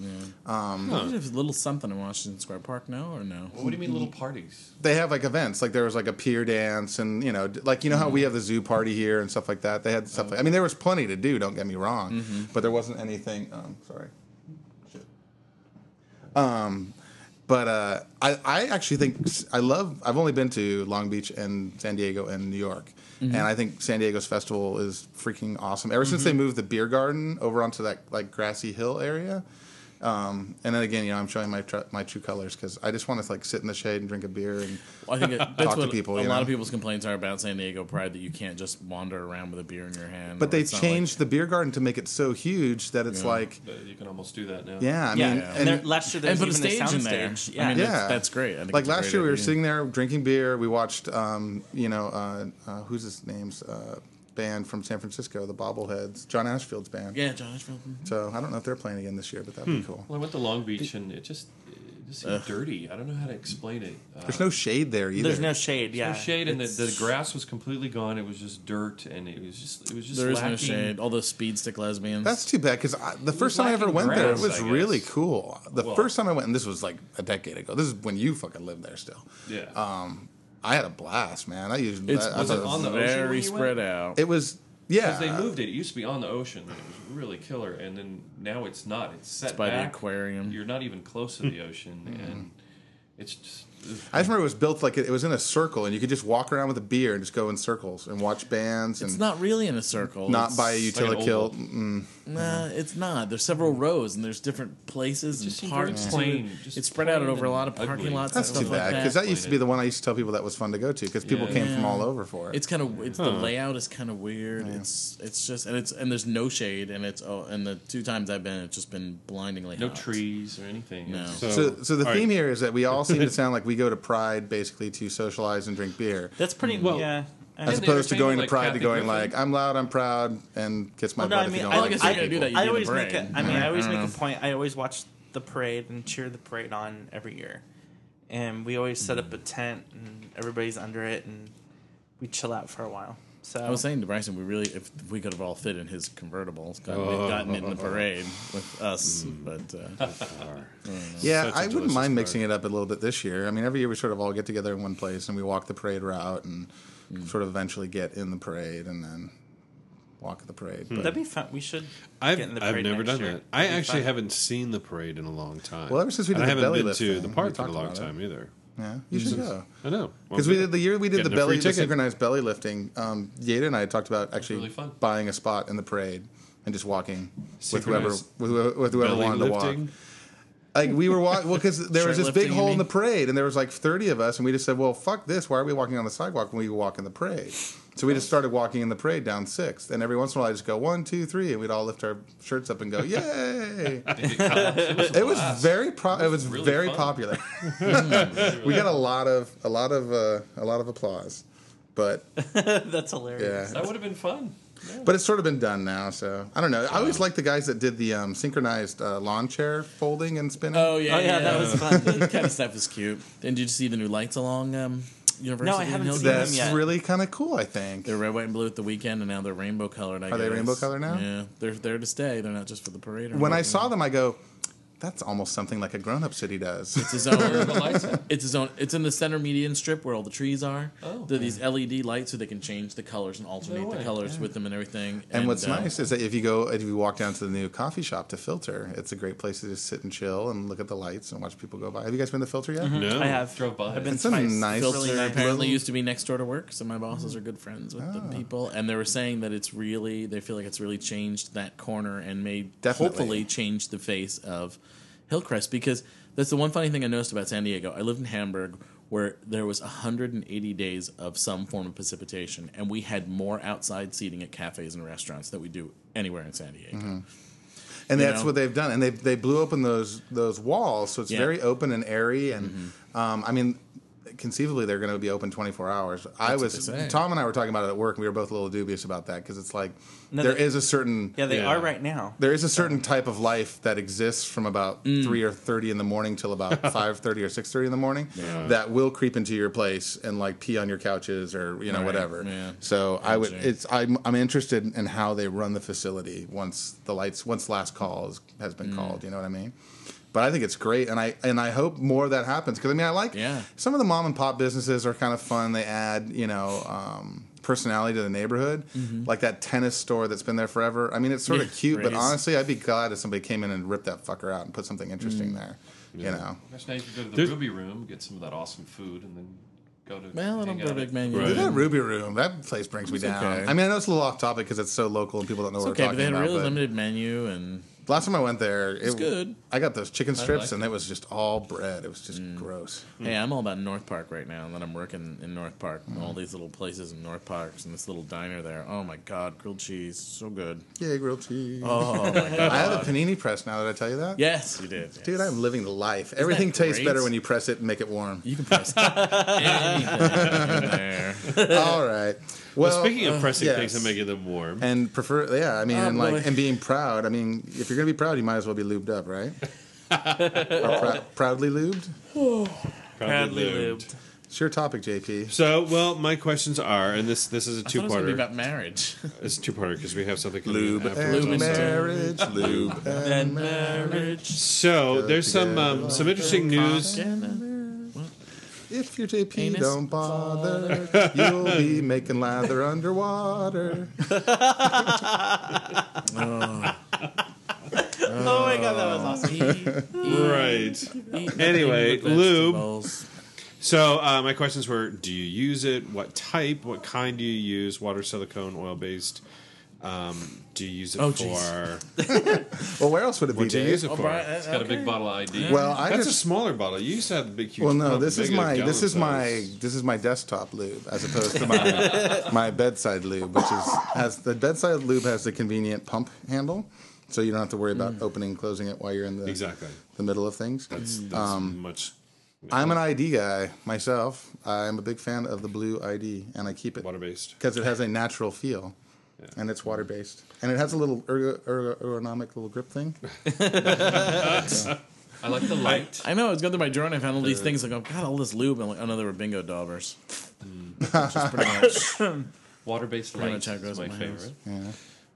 There's a little something in Washington Square Park now, or no? What do you mean, little parties? they have like events like there was like a pier dance and you know d- like you know how we have the zoo party here and stuff like that they had stuff like i mean there was plenty to do don't get me wrong but there wasn't anything um sorry Shit. um but uh i i actually think s- i love i've only been to long beach and san diego and new york and i think san diego's festival is freaking awesome ever since they moved the beer garden over onto that like grassy hill area um, and then again, you know, I'm showing my tr- my true colors because I just want to like sit in the shade and drink a beer and Well, I <laughs> think it, that's to what people, a you lot know? of people's complaints are about San Diego Pride that you can't just wander around with a beer in your hand. or But they it's not like- changed the beer garden to make it so huge that it's Yeah. like, Uh, you can almost do that now. yeah, I mean, yeah, and, there, and last year there and was put a even stage a in sound there. stage. I Yeah, mean, that's, Yeah. that's great. I think like it's a last great year we were idea. sitting there drinking beer. We watched, um, you know, uh, uh, who's his name's uh, band from San Francisco, the Bobbleheads, John Ashfield's band. Yeah, Josh Philbin. So I don't know if they're playing again this year, but that'd be cool. Well, I went to Long Beach and it just it just seemed dirty. I don't know how to explain it. Uh, There's no shade there either. there's no shade. Yeah, no shade, and the, It's- the grass was completely gone. It was just dirt, and it was just it was just There is lacking. no shade. All those speed stick lesbians. That's too bad because the first time I ever lacking went there, it was grass, I really guess. cool. The Well- first time I went, and this was like a decade ago. This is when you fucking lived there still. Yeah. Um, I had a blast, man. I usually it's I- I was it was- on the ocean when very you went? spread out. It was yeah. Because they moved it. It used to be on the ocean. And it was really killer, and then now it's not. It's set by the back. aquarium. You're not even close to the ocean, <laughs> and it's just. Mm-hmm. I just remember it was built like it, it was in a circle, and you could just walk around with a beer and just go in circles and watch bands It's and not really in a circle. not It's- buy a like an old utilikill. Nah, it's not. There's several rows and there's different places just and seemed very parks. to plain, it. just it's spread out plain over a lot of and parking ugly. lots. That's and too stuff like bad because that. that used to be the one I used to tell people that was fun to go to because people Yeah. came from Yeah. all over for it. It's kind of it's the layout is kind of weird. It's it's just and it's and there's no shade and it's oh and the two times I've been it's just been blindingly No hot. trees or anything. No. It's- so, so the all right. theme here is that we all seem to sound like we go to Pride basically to socialize and drink beer, That's pretty. Well, yeah. I as they opposed to entertain going you to like Pride Kathy to going Griffin? like I'm loud, I'm proud, and kiss my Well, no, butt I if mean, you I don't like guess me. you're gonna do that. You I do the always make parade. a, I mean, I always don't make a know. point. I always watch the parade and cheer the parade on every year, and we always set up a tent and everybody's under it and we chill out for a while. So I was saying to Bryson, we really if we could have all fit in his convertibles, gotten, it, gotten it in the parade with us, but uh, Yeah, Such a I wouldn't delicious mind car. mixing it up a little bit this year. I mean, every year we sort of all get together in one place and we walk the parade route and Mm. sort of eventually get in the parade and then walk the parade. Hmm. But, that'd be fun. We should. I've, get in the I've parade never done next year. that. I That'd be actually fun. haven't seen the parade in a long time. Well, ever since we And did I the haven't belly been lift to thing, the we park in a talked long about it. time either. yeah, you should go. I know Because we did the year we did Getting the a free belly the ticket. synchronized belly lifting. Um, Yada and I talked about actually really fun. buying a spot in the parade and just walking with whoever with Synchronized whoever, with whoever belly wanted to lifting. walk. Like we were walking, well, because there was Shirt this big lifting, you hole in mean? the parade, and there was like thirty of us, and we just said, "Well, fuck this! Why are we walking on the sidewalk when we could walk in the parade?" So we just started walking in the parade down Sixth, and every once in a while, I just go one, two, three, and we'd all lift our shirts up and go, "Yay!" <laughs> it was very pro- it was really very fun. popular. <laughs> we got a lot of a lot of uh, a lot of applause, but <laughs> That's hilarious. yeah, That would have been fun. but it's sort of been done now. So I don't know. I always like the guys that did the um, synchronized uh, lawn chair folding and spinning. oh yeah, Oh yeah, that was <laughs> fun. that kind of stuff is cute. And did you see the new lights along um, University? in haven't Hilton? seen them That's yet. really kind of cool. I think. They're red, white, and blue at the weekend, and now they're rainbow colored. I Are they guess. rainbow colored now? Yeah, they're there to stay. They're not just for the parade. Or when I anything. saw them, I go, That's almost something like a grown up city does. It's his own. The lights out. It's his own. It's in the center median strip where all the trees are. Oh. there are these LED lights so they can change the colors and alternate way. the colors with them and everything. And, what's uh, nice is that if you go, if you walk down to the new coffee shop to filter, it's a great place to just sit and chill and look at the lights and watch people go by. Have you guys been to filter yet? No. I have Drove by. I've been It's a twice. nice- It's really Mm-hmm. Filter nice. apparently used to be next door to work, so my bosses Mm-hmm. are good friends with Ah. the people, and they were saying that it's really they feel like it's really changed that corner and made Definitely. hopefully changed the face of Hillcrest because that's the one funny thing I noticed about San Diego. I lived in Hamburg where there was 180 days of some form of precipitation, and we had more outside seating at cafes and restaurants than we do anywhere in San Diego. Mm-hmm. and you that's know? what they've done. And they they blew open those those walls, so it's Yeah. Mm-hmm. very open and airy. And um, I mean, conceivably they're going to be open 24 hours. I what was they say. Tom and I were talking about it at work, and we were both a little dubious about that because it's like No, there they- is a certain Yeah, they Yeah. are right now. there is a certain type of life that exists from about Mm. three or thirty in the morning till <laughs> about five thirty or six thirty in the morning that will creep into your place and like pee on your couches or you know Right, whatever. yeah. So I would Interesting. it's I'm I'm interested in how they run the facility once the lights once last call is, has been Mm. called. You know what I mean? But I think it's great, and I and I hope more of that happens because I mean I like Yeah. some of the mom and pop businesses are kind of fun. They add, you know, um, personality to the neighborhood. Mm-hmm. Like that tennis store that's been there forever. I mean, it's sort Yeah, of cute, but raised. honestly, I'd be glad if somebody came in and ripped that fucker out and put something Mm. interesting there. You know, Gosh, now you can go to the There's- Ruby Room, get some of that awesome food, and then go to. Well, I don't hang go to out Big at- Man. Right. Dude, that Ruby Room, that place brings me It's down. okay. I mean, I know it's a little off topic because it's so local and people don't know what Okay, we're but they talking had a about. really but limited menu and last time I went there, it was good. I got those chicken strips liked and it was just all bread. It was just Mm. gross. Hey, I'm all about North Park right now, and then I'm working in North Park, and all these little places in North Parks, and this little diner there. Oh my God, grilled cheese, so good. Yeah, grilled cheese. Oh my God. <laughs> I have a panini press now. Did I tell you that? Yes, you did, Dude, yes. I'm living the life. Everything tastes great? better when you press it and make it warm. You can <laughs> press anything in there. All right. Well, Speaking of pressing yes. things and making them warm, and prefer, yeah, I mean, Oh, and like, boy. and being proud. I mean, if you're gonna be proud, you might as well be lubed up, <laughs> right? Or prou- proudly lubed. probably lubed. It's your topic, JP. So, well, my questions are, and this this is a Two two it was gonna be parter. about marriage. It's two parter because we have something coming in Lube afterwards and and also. marriage. <laughs> Lube and <laughs> marriage. marriage. So there's some um, some interesting news. If your JP Penis don't bother, you'll be making <laughs> lather underwater. Oh my god, that was awesome. Right. Anyway, lube. vegetables. So uh, my questions were: Do you use it? What type? What kind do you use? Water, silicone, oil based. Um, do you use it Oh, geez. <laughs> for? Well, where else would it be? What do you Dave? use it Oh, for? Brian, uh, Got a okay. big bottle of ID. Well, I That's a just smaller bottle. You used to have the big, huge. Well, no, pump, this is big my this gallon is my size. this is my desktop lube as opposed to <laughs> my my bedside lube, which is has the bedside lube has the convenient pump handle, so you don't have to worry about opening and closing it while you're in the Mm. Exactly. the middle of things. That's, that's Um, much I'm an ID guy myself. I'm a big fan of the blue ID, and I keep it water based. because it has a natural feel. And it's water based, and it has a little ergo- ergo- ergonomic little <laughs> grip thing. I like the light. I know. I was going through my drawer and I found all these things. Like, oh God, all this lube. And I'm like, oh no, they were bingo daubers. Which is pretty much. Water-based Pretty light much how it is goes my in my house. favorite. Yeah.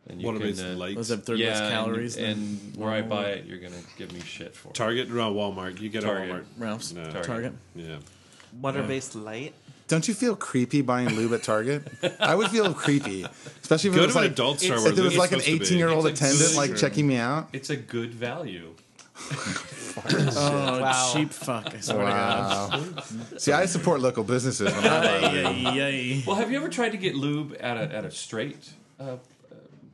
And you Water based can, uh, light. Those have third less and- calories. And, than where I buy it, you're gonna give me shit for. it. Target, no, Walmart. You get Target. Target. Walmart. Ralph's No. Target. Target. Yeah. Water-based light. Don't you feel creepy buying lube at Target? I would feel creepy, especially if Go it was to an like adult store if where there was lube's like an supposed to be. 18 year old It's like attendant like good. checking me out. It's a good value. Oh, Wow. cheap fuck! I swear Wow. Uh, See, I support local businesses. When I to buy God. lube. Yay, yay. Well, have you ever tried to get lube at a at a straight uh, uh,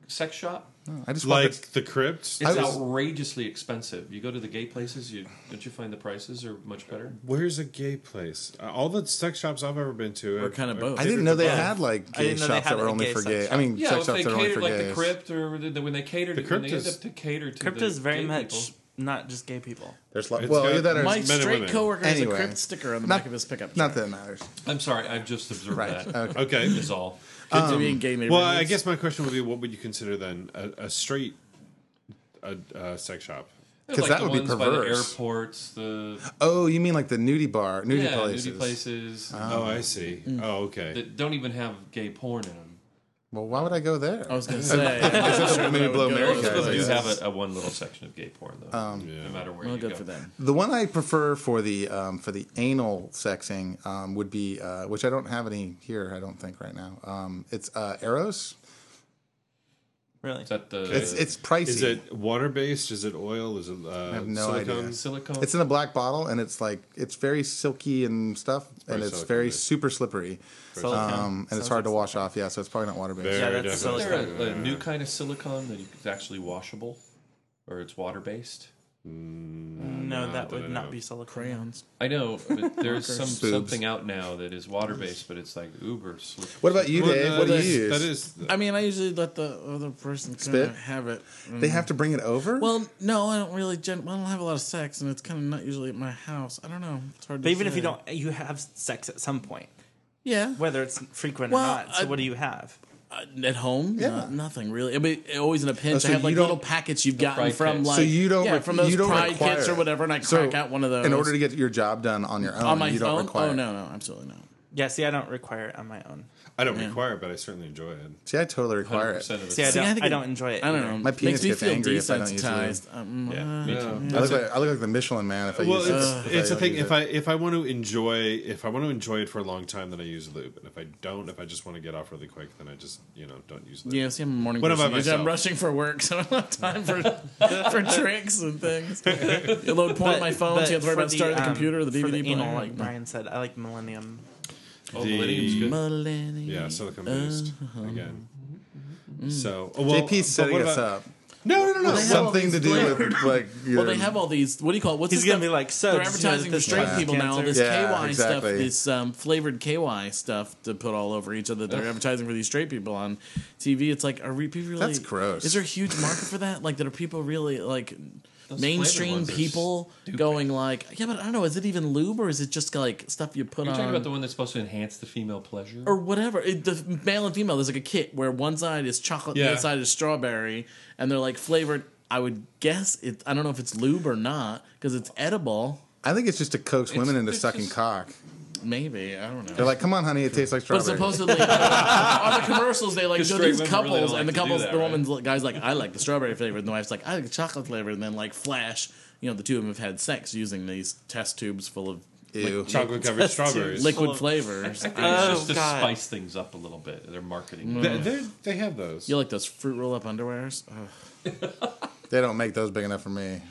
sex shop? I just want Like the the- crypt. It's I was- outrageously expensive. You go to the gay places, you don't you find the prices are much better? Where's a gay place? Uh, all the sex shops I've ever been to We're kind of both. I didn't know they Yeah. had like I gay didn't know they shops that had were a only gay for sex gay. shop. I mean, Yeah, sex if shops they that are only catered for like the gays. crypt or the, the- when they catered, The when crypt they end is- up to cater to Crypt the is very gay much people. not just gay people. There's lo- It's well, got- either that or Men My and straight women. coworker Anyway. has a crypt sticker on the Not- back of his pickup truck. not that it matters, I'm sorry, I've just observed right? that. Okay. Okay. Is all. Good to um, be in gay neighborhoods. Well, I guess my question would be: What would you consider then a, a straight a, a sex shop? <laughs> 'Cause that the would be ones By the perverse. airports, the Oh, you mean like the nudie bar, nudie yeah, places? Uh-huh. nudie places Oh, I see. Oh, okay. that don't even have gay porn in them. Well, why would I go there? I was gonna say. Maybe I would blow go Mary those Kay. Most of places. them do have a, a one little section of gay porn though. Um, No matter where Well, you good go. for them. The one I prefer for the um, for the anal sexing um, would be, uh, which I don't have any here. I don't think right now. Um, it's uh, Eros. Really? Is that the It's it's pricey. Is it water based? Is it oil? Is it uh, I have no silicone? idea. silicone? It's in a black bottle, and it's like it's very silky and stuff, and it's silicone very based. super slippery, um, and it's hard to wash off. Yeah, so it's probably not water based. Yeah, Very that's different. Is silicone. there a, a new kind of silicone that is actually washable, or it's water based? No, that no, would no, not no. be silicone. Crayons. I know <laughs> but there's some Boobs. something out now that is water based, but it's like uber slick. What about you, Well, Dave? no, what do you that's- use? That is. I mean, I usually let the other person kind Spit? Mm. of have it. They have to bring it over. Well, no, I don't really. Gen- well, I don't have a lot of sex, and it's kind of not usually at my house. I don't know. It's hard. But to even if you say. don't, you have sex at some point, yeah, whether it's frequent Well, or not. So I- what do you have? uh, at home, Yeah. Oh, no- nothing really. I mean, always in a pinch. so I have you like don't- little packets you've gotten pride from kits. like so you don't yeah re- from those you don't pride require kits or it. whatever, and I So, crack out one of those in order to get your job done on your own. on my you don't phone. require. oh it. no, no, absolutely not. Yeah, see, I don't require it on my own. I don't require it, but I certainly enjoy it. See, I totally require it. 100% of See, I it's- don't, I, think don't enjoy it. I don't either. know. My Makes penis me gets feel angry if I don't use it. desensitized. Um, Yeah, uh, me too. Yeah. I look, like, I look like the Michelin man if uh, I Well, use it's it. it's a don't thing. use If it. I if I want to enjoy if I want to enjoy it for a long time, then I use lube, and if I don't, if I just want to get off really quick, then I just you know don't use lube. Yeah, see, I'm a morning What person. about Usually I'm myself? rushing for work, so I don't have time <laughs> for for tricks and things. You load point my phone, so you have to worry for about starting the um, computer, the for DVD anal, player. like Brian said, I like Millennium. oh, Millennium's good. Millennium. Yeah, silicone based again. So oh, well, JP's but what setting us about- up. No, no, no, no. Well, they have all Something these to do flavors. with like. Your, Well, they have all these. What do you call it? What's He's this gonna be stuff? like, so They're did you know advertising that for this straight causes people now. cancer? This Yeah, KY stuff, exactly. this um, flavored KY stuff to put all over each other. They're advertising for these straight people on TV. It's like, are we people really? That's gross. Is there a huge market for that? Like, that are people really like Those mainstream flavored ones are people stupid. going like, yeah, but I don't know. Is it even lube or is it just like stuff you put You're on? talking about the one that's supposed to enhance the female pleasure. Oh, or whatever. It, the male and female, there's like a kit where one side is chocolate, the Yeah. other side is strawberry, and they're like flavored. I would guess it. I don't know if it's lube or not because it's edible. I think it's just to coax women into it's sucking just- cock. Maybe I don't know. They're like, come on, honey, it tastes like but strawberry. supposedly uh, on the commercials they like 'Cause show straight these women couples really don't and the like to do couples that, the right? woman's guy's like I like the strawberry flavor and the wife's like I like the chocolate flavor and then like flash you know the two of them have had sex using these test tubes full of Ew. chocolate covered strawberries? liquid of- <laughs> flavors. I think it's Oh, just to God. spice things up a little bit. Their marketing. Mm. They, they're- they have those. you like those fruit roll up underwears? Ugh. They don't make those big enough for me.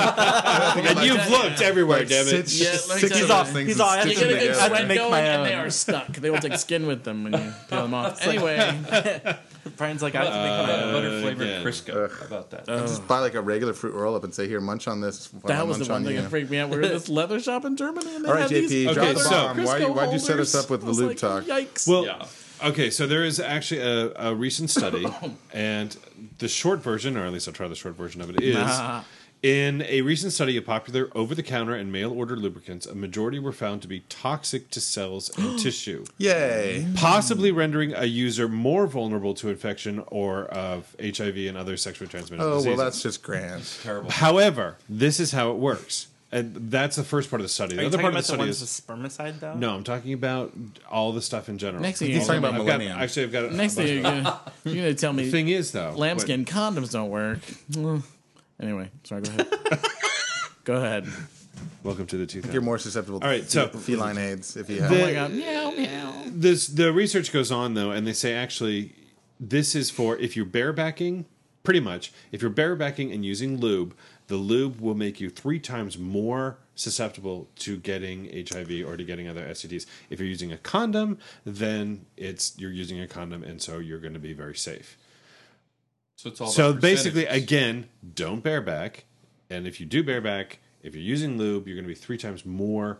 and you've looked everywhere, damn it. Stitch, Yeah, let me tell stitch you. those He's off. things He's and off. I have stitch You to get a them make- good I have sweat to together. make going, my and they own. are stuck. They will take skin with them when you peel them <laughs> off. Anyway, Brian's like, I have to Uh, make my own. butter flavored again. Crisco. How about that? Just buy like a regular fruit roll up and say, here, munch on this. while I that was munch the one on thing you. that freaked me out. We were in <laughs> this leather shop in Germany, and they All right, had JP, these drop Okay, the so- bomb. Why, Crisco why'd you set us holders. up with I the was lube like, talk? Yikes! Well, Yeah. okay, so there is actually a, a recent study, and the short version, or at least I'll try the short version of it, is Nah. in a recent study of popular over the counter and mail order lubricants, a majority were found to be toxic to cells and tissue, Yay. possibly rendering a user more vulnerable to infection or of HIV and other sexually transmitted Oh, diseases. well, that's just grand. Terrible. However, this is how it works. And that's the first part of the study. The Are you other talking part of the about the study ones is with spermicide though? no, I'm talking about all the stuff in general. Next thing All you're the- talking about I've got- millennium. actually, I've got a Next thing bunch you're of gonna, you're gonna tell me <laughs> The thing is, though, lambskin condoms don't work. Mm. Anyway, sorry. Go ahead. go ahead. welcome to the 2000. You're more susceptible All right, so- to feline AIDS if you have. Oh my god! Meow meow. this the research goes on though, and they say actually this is for if you're barebacking, pretty much if you're barebacking and using lube, the lube will make you three times more susceptible to getting HIV or to getting other STDs. If you're using a condom, then it's you're using a condom, and so you're going to be very safe. So it's all. So about basically, percentages. again, don't bareback, and if you do bareback, if you're using lube, you're going to be three times more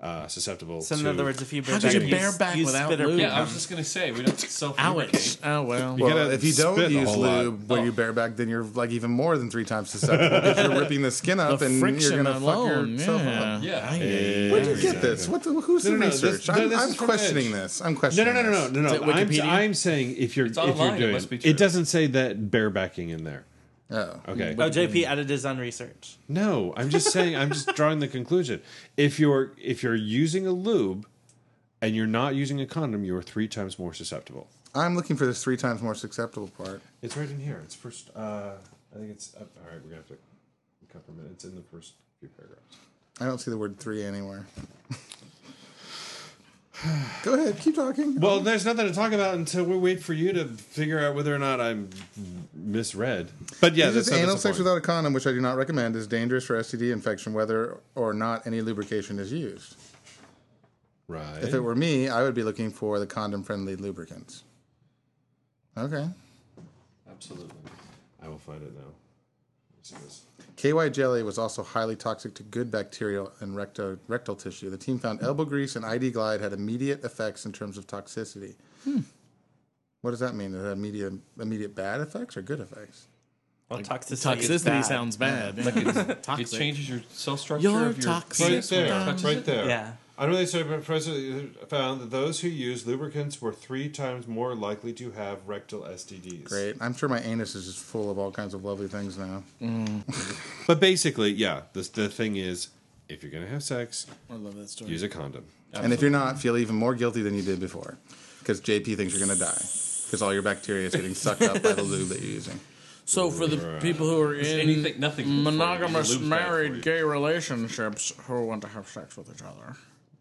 uh, susceptible. So in to other words, if you bear How back, did you you bear s- back you without spit or lube? poop. yeah, I was just gonna say we don't self Ouch! lubricate. Oh well. You Well, gotta if you don't spit a use whole lot. Oh. lube when you bareback, then you're like even more than three times susceptible because you're ripping the skin up The and you're friction gonna alone. fuck yourself Yeah. up. Yeah. Eh, Where'd you get this? What the, who's No, the no, no, this- research? no, I'm, this I'm is from questioning Edge. this. I'm No, questioning. no, no, no, this. no, no, Is it no. I'm, Wikipedia? I'm saying if you're if online, you're it doing must be it, true. doesn't say that barebacking in there. Oh. Okay. Oh, JP added his own research. No, I'm just saying. I'm just drawing the conclusion. If you're if you're using a lube and you're not using a condom, you are three times more susceptible. I'm looking for this three times more acceptable part. It's right in here. It's first. Uh, I think it's up. All right, we're gonna have to cover it. It's in the first few paragraphs. I don't see the word three anywhere. <sighs> Go ahead, keep talking. Well, there's nothing to talk about until we wait for you to figure out whether or not I'm misread. But yeah, Just that's not anal that's the sex point. without a condom, which I do not recommend, is dangerous for STD infection, whether or not any lubrication is used. right. If it were me, I would be looking for the condom-friendly lubricants. Okay. Absolutely. I will find it now. Let's see this. KY jelly was also highly toxic to good bacterial and recto, rectal tissue. The team found elbow grease and ID Glide had immediate effects in terms of toxicity. Hmm. What does that mean? It had immediate, immediate bad effects or good effects? Well, toxicity, Toxicity is bad. sounds bad. yeah. <laughs> It Toxic. changes your cell structure. You're of your toxic. Right penis when it there, touches right it. there. Yeah. Unrelated study by Professor found that those who used lubricants were three times more likely to have rectal STDs. Great. I'm sure my anus is just full of all kinds of lovely things now. But basically, yeah, the, the thing is, if you're going to have sex, I love that story. use a condom. And if you're not, feel even more guilty than you did before because JP thinks you're going to die because all your bacteria is getting sucked up by the lube that you're <laughs> using. So for the people who are in Anything- nothing for you. monogamous Lube's bad for you. married gay relationships who want to have sex with each other,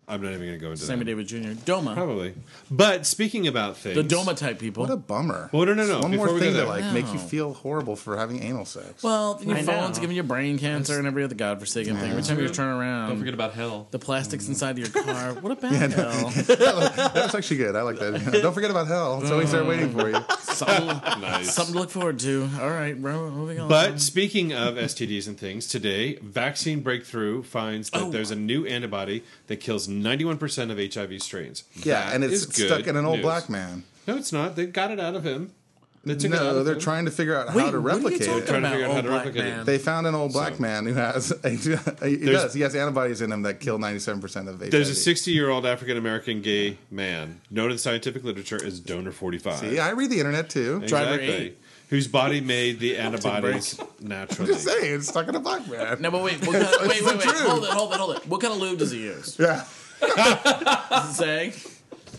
I'm not even going to go into Sammy that. David Jr. Doma, Probably. But speaking about things. the Doma type people. What a bummer. Well, no, no, no. One Before more we go thing to there- like make you No. feel horrible for having anal sex. well, your I phone's know. giving you brain cancer and every other godforsaken thing. Every time you turn around, Don't forget about hell. the plastics inside of <laughs> your car. What a bad hell. That's actually good. I <laughs> like that. Don't forget about hell. It's always there waiting for you. something, Nice. something to look forward to. All right, bro, moving on. But speaking of STDs and things, today, Vaccine Breakthrough finds that Oh. there's a new antibody that kills 91% of HIV strains. Yeah, That and it's is good stuck in an old news. black man. No, it's not. They got it out of him. They took it out No, of they're him. trying to figure out Wait, how to replicate what are you it. trying talking to about, figure out how old to black replicate it. man? They found an old black So- man who has <laughs> he does he has antibodies in him that kill ninety seven percent of HIV. There's a 60 year old African American gay man known in scientific literature as Donor 45. See, I read the internet too. Try Driver exactly. eight. Whose body made the antibodies <laughs> naturally. to say it's stuck in a black man. No, but wait, what kind wait, the wait, wait, truth. hold it, hold it, hold it. What kind of lube does he use? Yeah. Does it say?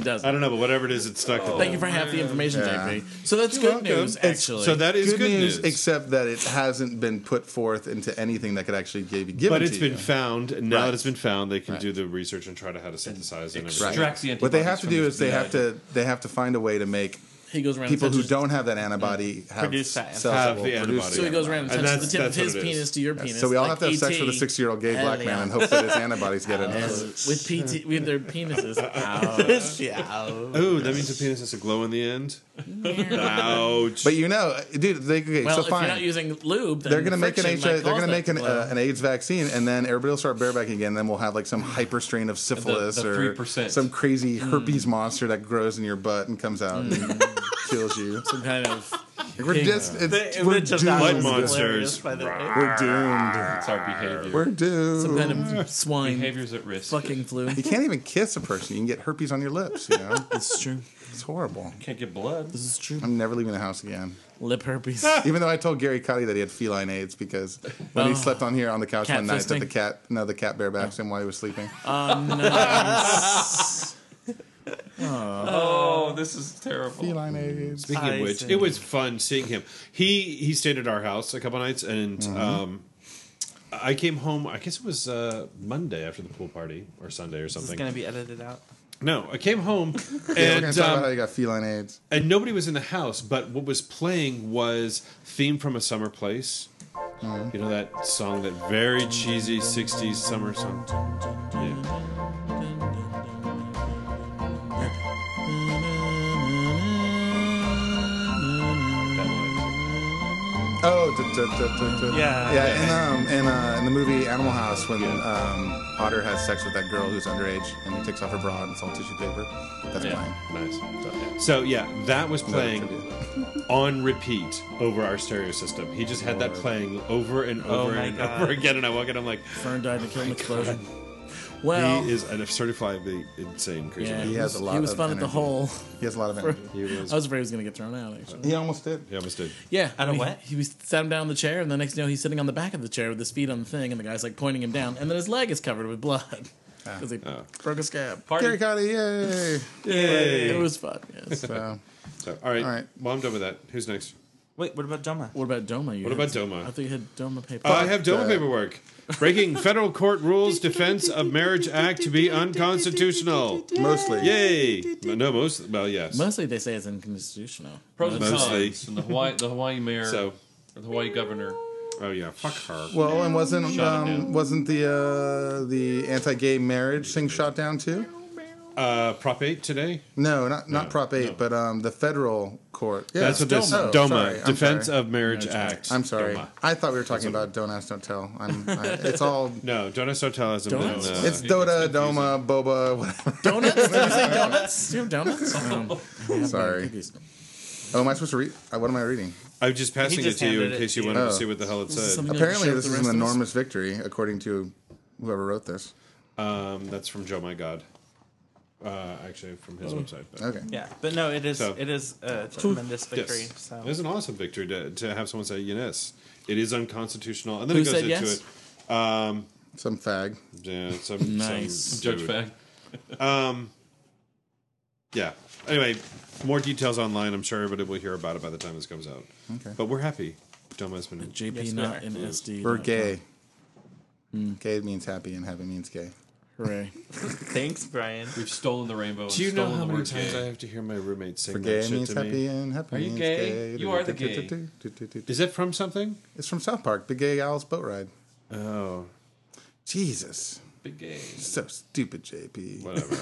Doesn't. I don't know, but whatever it is, it's stuck in Thank you there. for half the information, Yeah. JP. So that's good welcome. news, It's- actually. So that is Good, good, news, news. except that it hasn't been put forth into anything that could actually give be given. but it's to been you. found, and now Right. that it's been found, they can do the research and try to how to synthesize and everything. Right. Extract the What they have antibodies to from do the- is they have to they have to find a way to make he goes around people and who touches- don't have that antibody have Produce that cells that Have will the produce antibody. So he goes around and And that's- touches the tip of that's what his it is. penis to your penis. So we all like have to have sex ET. with a six-year-old gay Hell black man yeah. and hope that his antibodies get in him. Yes, with PT with their penises. yeah. Oh, that means the penis has a glow in the end. <laughs> Ouch. <laughs> But you know, dude, they, okay, Well, so if fine. you're not using lube, then they're gonna make an friction HIV, might they're cause gonna that make an, glow. uh, an AIDS vaccine, and then everybody will start barebacking again. Then we'll have like Mm. some hyper strain of syphilis the or 3%. some crazy herpes monster that grows in your butt and comes out and kills you. Mm. <laughs> some kind of We're just it's, The we're image of doomed. that Blood was monsters. hilarious, by the way. We're doomed. It's our behavior. We're doomed. some kind of swine Behavior's at risk. fucking flu. you can't even kiss a person. You can get herpes on your lips. You know, This is true. it's horrible. Can't get blood. This is true. I'm never leaving the house again. Lip herpes. Even though I told Gary Cotty that he had feline AIDS because when Oh. he slept on here on the couch Cat one night, that the fisting. cat no, the cat barebacked him while he was sleeping. Oh, this is terrible. feline AIDS. Speaking I of which, see. it was fun seeing him. He he stayed at our house a couple nights, and um, I came home. I guess it was uh, Monday after the pool party or Sunday or This is something. going to be edited out. no, I came <laughs> home Yeah, we're gonna and talk um, about how you got feline AIDS. and nobody was in the house. But what was playing was "Theme from a Summer Place." You know that song, that very cheesy '60s summer song. Yeah. That one. Oh, d- d- d- d- d- Yeah. yeah. In um, in, uh, in the movie Animal House, when um, Otter has sex with that girl who's underage, and he takes off her bra and it's all tissue paper. That's Yeah, mine. nice. So yeah, that was playing on repeat over our stereo system. He just had that Oh. playing over and over my and God. over again, and I walk in, I'm like, Fern died in a kiln explosion. Oh Well, he is an certifiably insane crazy. yeah, Oh. man. He has a lot He was of fun at the energy. hole. He has a lot of energy. He was. I was afraid he was going to get thrown out. Actually, He almost did. yeah, I almost did. yeah. Out of he, what? He was sat him down in the chair, and the next thing you know, he's sitting on the back of the chair with his feet on the thing, and the guy's like pointing him down, and then his leg is covered with blood Oh. because he broke a scab. <laughs> Gary Cotty, yay! Yeah, it was fun. Yes. So, So, all right. All right. Well, I'm done with that. Who's next? Wait, what about Doma? What about Doma? You What had- about Doma? Uh, I thought you had Doma paper. I have Doma paperwork. Breaking federal court rules defense of marriage act to be unconstitutional. Mostly. Yay! No, most well, yes. Mostly they say it's unconstitutional. Pros and Mostly. cons. And the Hawaii, the Hawaii mayor, So, or the Hawaii governor. oh yeah, fuck her. Well, and wasn't Shut it down. um, wasn't the uh, the anti-gay marriage thing shot down too? Uh, Prop eight today. No, not not No, Prop Eight, no. but um, the federal court. Yeah, That's what this Oh, Doma, sorry, I'm defense sorry. of marriage act. I'm sorry. DOMA. I thought we were talking about don't ask, don't tell. I'm, I, it's all. No, don't ask, don't tell us. Don't Don't ask. uh, It's Dota, Doma, Boba, whatever. Donuts? Did you say donuts? Do you have <laughs> donuts? Um, I have Sorry. cookies. Oh, am I supposed to read? uh, What am I reading? I'm just passing it just to you in handed it case to you you. wanted to Oh. see what the hell it this said. something- You gonna Apparently, share this with is the rest an of us? enormous victory, according to whoever wrote this. Um, that's from Joe My God. Uh, actually, from his website. but- Okay. Yeah, but no, it is So- it is a tremendous victory. Yes. So It was an awesome victory to, to have someone say yes. It is unconstitutional, and then Who it goes said into yes? it. Some fag. Yeah, some, Nice. some Judge dude. Fag. Yeah. Anyway, more details online. I'm sure everybody will hear about it by the time this comes out. Okay. But we're happy. Doma has been JP Yes, we not are. in SD. We're gay. Gay means happy, and happy means gay. Hooray. thanks, Brian. <laughs> We've stolen the rainbow. and Do you know stolen how the many word times gay. I have to hear my roommate sing For that gay shit means to happy, me? and happy Are you means gay? gay. You are the gay. Is it from something? It's from South Park, Big Gay Owl's Boat Ride. Oh, Jesus. Big gay. So stupid, <laughs> JP. whatever.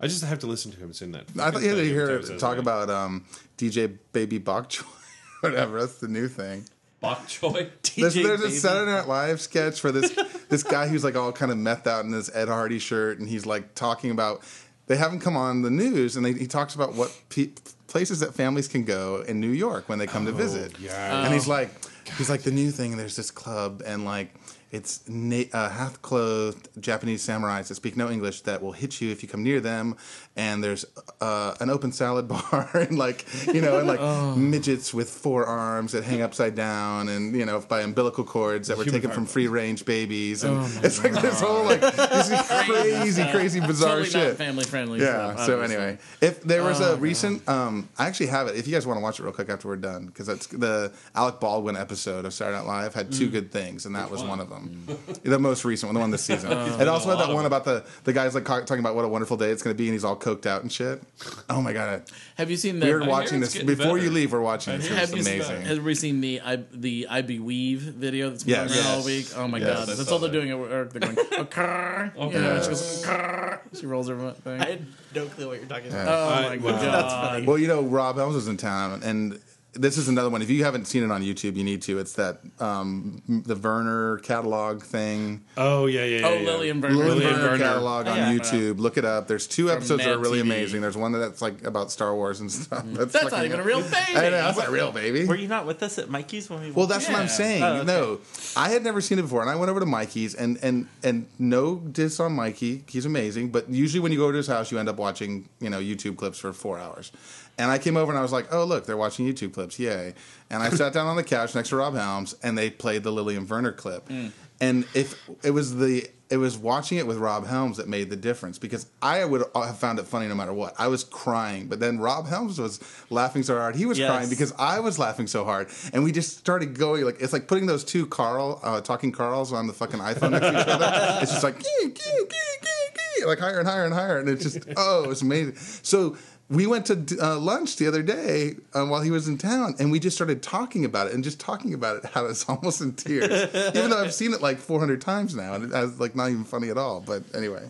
I just have to listen to him sing that. I thought you had to hear Sometimes her that's talk like- about um, DJ Baby Bok Choy, <laughs> whatever. That's the new thing. Bok choy. There's, DJ there's a Baby. Saturday Night Live sketch for this <laughs> this guy who's like all kind of methed out in his Ed Hardy shirt, and he's like talking about they haven't come on the news, and they, he talks about what pe- places that families can go in New York when they come to visit. yeah. and Oh. he's like, he's like the new thing. There's this club, and like. It's na- uh, half clothed Japanese samurais that speak no English that will hit you if you come near them. And there's uh, an open salad <laughs> bar and like, you <laughs> know, and like Oh. midgets with four arms that hang upside down and, you know, by umbilical cords that were Human taken from heart. free range babies. And Oh it's like this whole like <laughs> this is crazy, crazy, bizarre totally shit. not family friendly Yeah. stuff. so obviously. anyway, if there was a recent, um, I actually have it. If you guys want to watch it real quick after we're done, because that's the Alec Baldwin episode of Saturday Night Live had two good things, and that was one of them. The most recent one, the one this season. it also had that one about the the guys like co- talking about what a wonderful day it's going to be, and he's all coked out and shit. Oh my god, Have you seen we the are watching it's this getting before you better. leave. We're watching it. Have It's you seen, amazing. has everybody seen the I the I be weave video that's been Yes. going around all Yes. week? Oh my Yes, I god, that's saw all they're that. doing at work. They're going, oh, car. You know, and she goes, "Krrr." she rolls her thing. I had no clue what you're talking about. Uh, oh I- my wow. god, That's Well, you know, Rob Helms was in town, and this is another one. If you haven't seen it on YouTube, you need to. It's that um, the Verner catalog thing. Oh yeah, yeah, yeah. Oh, yeah. Lillian Burner. Lillian Lillian Verner, Verner. catalog on Yeah. YouTube. Look it up. There's two episodes that Mad are really TV. amazing. There's one that's like about Star Wars and stuff. That's, Mm. That's fucking- not even a real <laughs> I thing. know, that's not real, baby. Were you not with us at Mikey's when we? Well, that's what Yeah. I'm saying. Oh, okay. No, I had never seen it before, and I went over to Mikey's, and and and no diss on Mikey, he's amazing. But usually, when you go over to his house, you end up watching you know YouTube clips for four hours. And I came over and I was like, oh look, they're watching YouTube clips, yay! And I sat down on the couch next to Rob Helms, and they played the Lillian Werner clip. Mm. And if it was the it was watching it with Rob Helms that made the difference because I would have found it funny no matter what. I was crying, but then Rob Helms was laughing so hard. He was Yes. crying because because I was laughing so hard, and we just started going like it's like putting those two Carl uh, talking Carls on the fucking iPhone next to each other. It's just like gee, gee, gee, gee, gee, like higher and higher and higher, and it's just oh, it's amazing. So we went to uh, lunch the other day um, while he was in town, and we just started talking about it and just talking about it. How I was <laughs> almost in tears, even though I've seen it like 400 times now, and it's like not even funny at all. But anyway,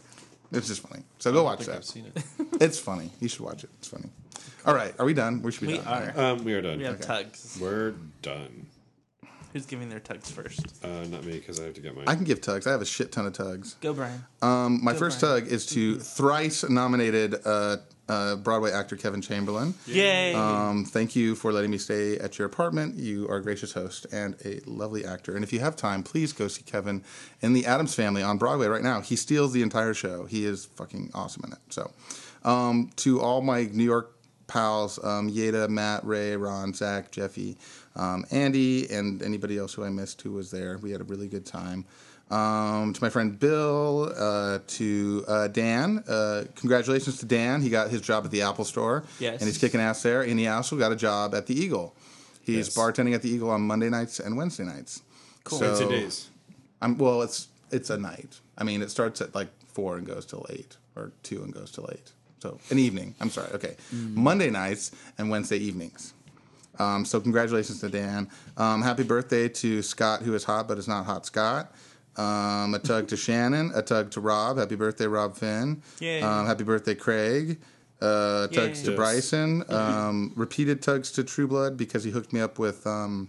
it's just funny. So go I watch think I've that. seen it. It's funny. You should watch it. It's funny. All right, are we done? We should be We done. are. Um, we are done. We have tugs. We're done. Who's giving their tugs first? Uh, not me because I have to get I mine. can give tugs. I have a shit ton of tugs. Go, Brian. Um, my first tug is to thrice nominated uh, uh, Broadway actor Kevin Chamberlain. Yay! Um, thank you for letting me stay at your apartment. You are a gracious host and a lovely actor. And if you have time, please go see Kevin in The Adams Family on Broadway right now. He steals the entire show. He is fucking awesome in it. So, um, to all my New York pals, um, Yeda, Matt, Ray, Ron, Zach, Jeffy, um, Andy, and anybody else who I missed who was there, we had a really good time. Um, to my friend Bill, uh, to uh, Dan. Uh, congratulations to Dan. He got his job at the Apple Store. Yes. And he's kicking ass there. And he also got a job at the Eagle. He's Yes. bartending at the Eagle on Monday nights and Wednesday nights. Cool. Wednesday days. I'm, well, it's it's a night. I mean, it starts at like four and goes till eight, or two and goes till eight. So an evening. I'm sorry. Okay, Monday nights and Wednesday evenings. Um, so congratulations to Dan. Um, happy birthday to Scott, who is hot but is not hot Scott. Um, a tug to Shannon. A tug to Rob. Happy birthday, Rob Finn. Yay. Um, happy birthday, Craig. Uh, tugs to Yes. Bryson. Um, repeated tugs to True Blood because he hooked me up with um,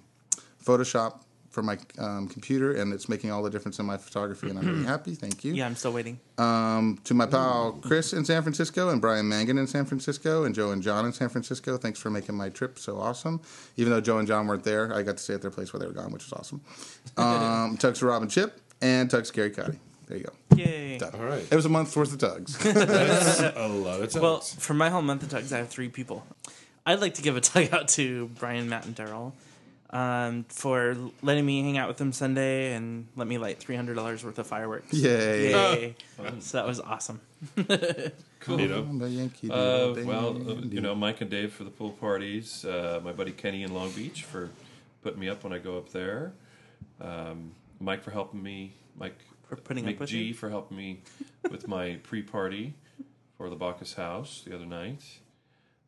Photoshop for my um, computer, and it's making all the difference in my photography, and I'm <clears throat> really happy. Thank you. Yeah, I'm still waiting. Um, to my pal Chris in San Francisco, and Brian Mangan in San Francisco, and Joe and John in San Francisco. Thanks for making my trip so awesome. Even though Joe and John weren't there, I got to stay at their place while they were gone, which was <laughs> awesome. Um, tugs to Rob and Chip, and tugs to Gary Cotty. There you go. Yay. Done. All right. It was a month's worth of tugs. <laughs> A lot of times. Well, for my whole month of tugs, I have three people. I'd like to give a <laughs> tug out to Brian, Matt, and Daryl um, for letting me hang out with them Sunday and let me light three hundred dollars worth of fireworks. Yay. Yay. so that was awesome. Cool. you know, The Yankee Uh, Doodle well, Dandy. uh, you know, Mike and Dave for the pool parties. Uh, my buddy Kenny in Long Beach for putting me up when I go up there. Um, Mike for helping me. Mike For putting up Mick with G you? for helping me <laughs> with my pre-party for the Bacchus House the other night,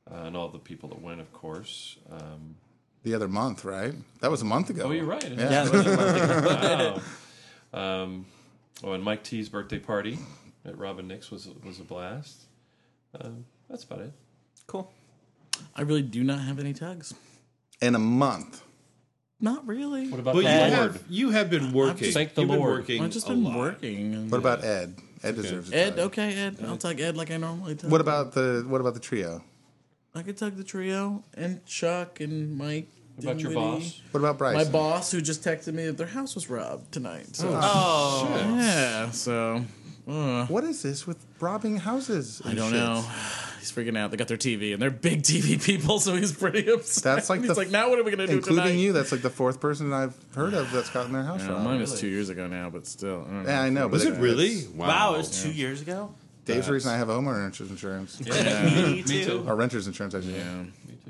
uh, and all the people that went, of course. Um, the other month, right? That was a month ago. oh, you're right. Yeah, it was a month ago. wow. <laughs> Um, oh, and Mike T's birthday party at Robin Nick's was was a blast. Um, that's about it. cool. I really do not have any tugs. In a month. Not really. What about but you the Lord? have, you have been working. Thank the You've been Lord. working I've just a been lot. working. and- What about Ed? Ed deserves a Ed? tug. Okay, Ed. I'll tug Ed like I normally tug. What about the what about the trio? I could tug the trio and Chuck and Mike. What about your Dinwiddie. boss? What about Bryce? My boss, who just texted me that their house was robbed tonight. So. Oh, Oh. Shit. Yeah, so uh, What is this with robbing houses? I don't know. He's freaking out. They got their TV, and they're big TV <laughs> people, so he's pretty upset. That's like he's the- like, now what are we gonna do Including tonight? you, that's like the fourth person I've heard of that's gotten their house Yeah, robbed. mine was two years ago now, but still. I don't know. yeah, I know. Was but uh, it really? Wow, it was two years <clears throat> ago. Dave's the reason I have homeowner's <laughs> insurance Me Me too. or renter's insurance. I should. say. Yeah.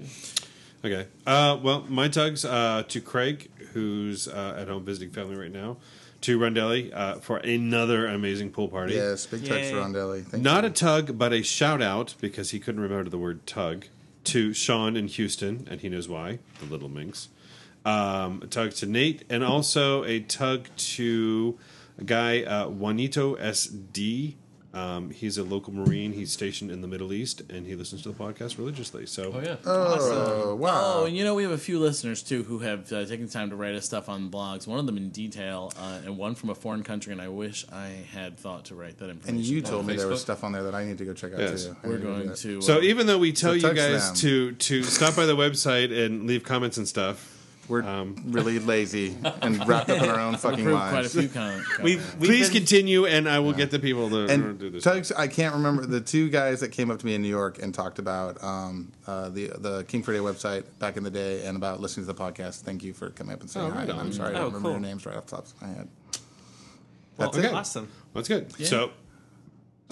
Me too. Okay. Uh, well, my tugs uh, to Craig, who's uh, at home visiting family right now, to Rondelli uh, for another amazing pool party. Yes, big touch Yay. for Rondelli. Thank Not you. a tug, but a shout out because he couldn't remember the word tug to Sean in Houston, and he knows why. The little minx. Um, a tug to Nate, and also a tug to a guy uh, Juanito SD. Um, he's a local Marine. He's stationed in the Middle East, and he listens to the podcast religiously. So, Oh yeah. Oh, wow. Oh, and you know we have a few listeners too who have uh, taken time to write us stuff on blogs. One of them in detail, uh, and one from a foreign country. And I wish I had thought to write that information. and you told me there was Facebook? stuff on there that I need to go check out Yes. too. I we're need do going that. to. So uh, even though we tell you touch guys to them. to stop by the website and leave comments and stuff, We're um, really lazy and wrapped up <laughs> in our own fucking approved quite a lives. <laughs> few comments. We've, we've please been- continue, and I will get the people to to do And this. Tugs, I can't remember the two guys that came up to me in New York and talked about um, uh, the the King for Day website back in the day and about listening to the podcast. Thank you for coming up and saying Oh, hi. right And I'm on. sorry I Oh, don't remember cool. your names right off the top of my head. Well, Okay. Awesome. That's good. So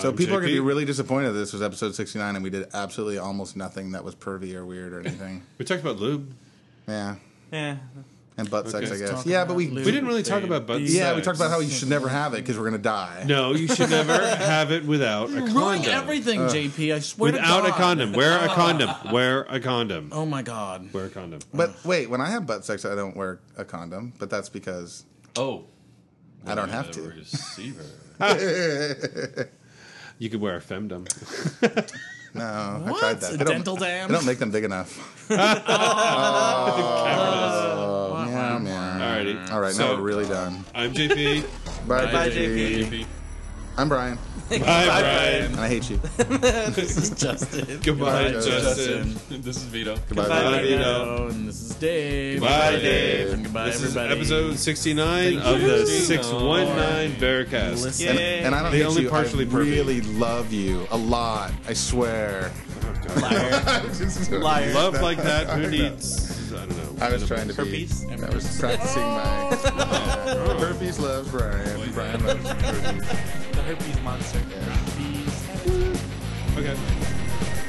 So I'm people are going to be JP. really disappointed. This was episode 69, and we did absolutely almost nothing that was pervy or weird or <laughs> anything. we talked about lube. yeah, Yeah. and butt sex, I Let's guess. talk Yeah, about but we lube. We didn't really talk about butt. yeah we sex. talked about how you should never have it because we're going to die. No, you should never have it without a Ruining condom. everything, JP. I swear without to a God. condom. Wear a condom. Wear a condom. Oh my God. Wear a condom. But wait, when I have butt sex, I don't wear a condom, but that's because Oh. I don't have Uh, to. Receiver. <laughs> You could wear a femdom. No, I What? tried that. A They don't- dental dam? They don't make them big enough. oh, meow, meow. Alrighty. Mm. All right, So, now we're really done. I'm JP. Bye, Bye, JP. JP. I'm Brian, Bye, Brian. and I hate you. This is Justin. Goodbye, Bye, Justin. this is Vito. Goodbye, Bye, Vito. Vito. And this is Dave. Bye, Dave. And goodbye, This is everybody. episode 69 of you. the 619 Listen. Bearcast. And, Yay. and I don't They hate only you. partially I pervy. really love you a lot. I swear. <laughs> Liar. Love like that, who needs? I don't know. I was trying to be. Herpes? I was practicing my. The herpes loves Brian. Brian loves The herpes monster. Okay.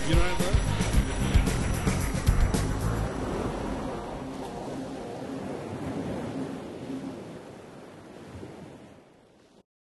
You know what I love?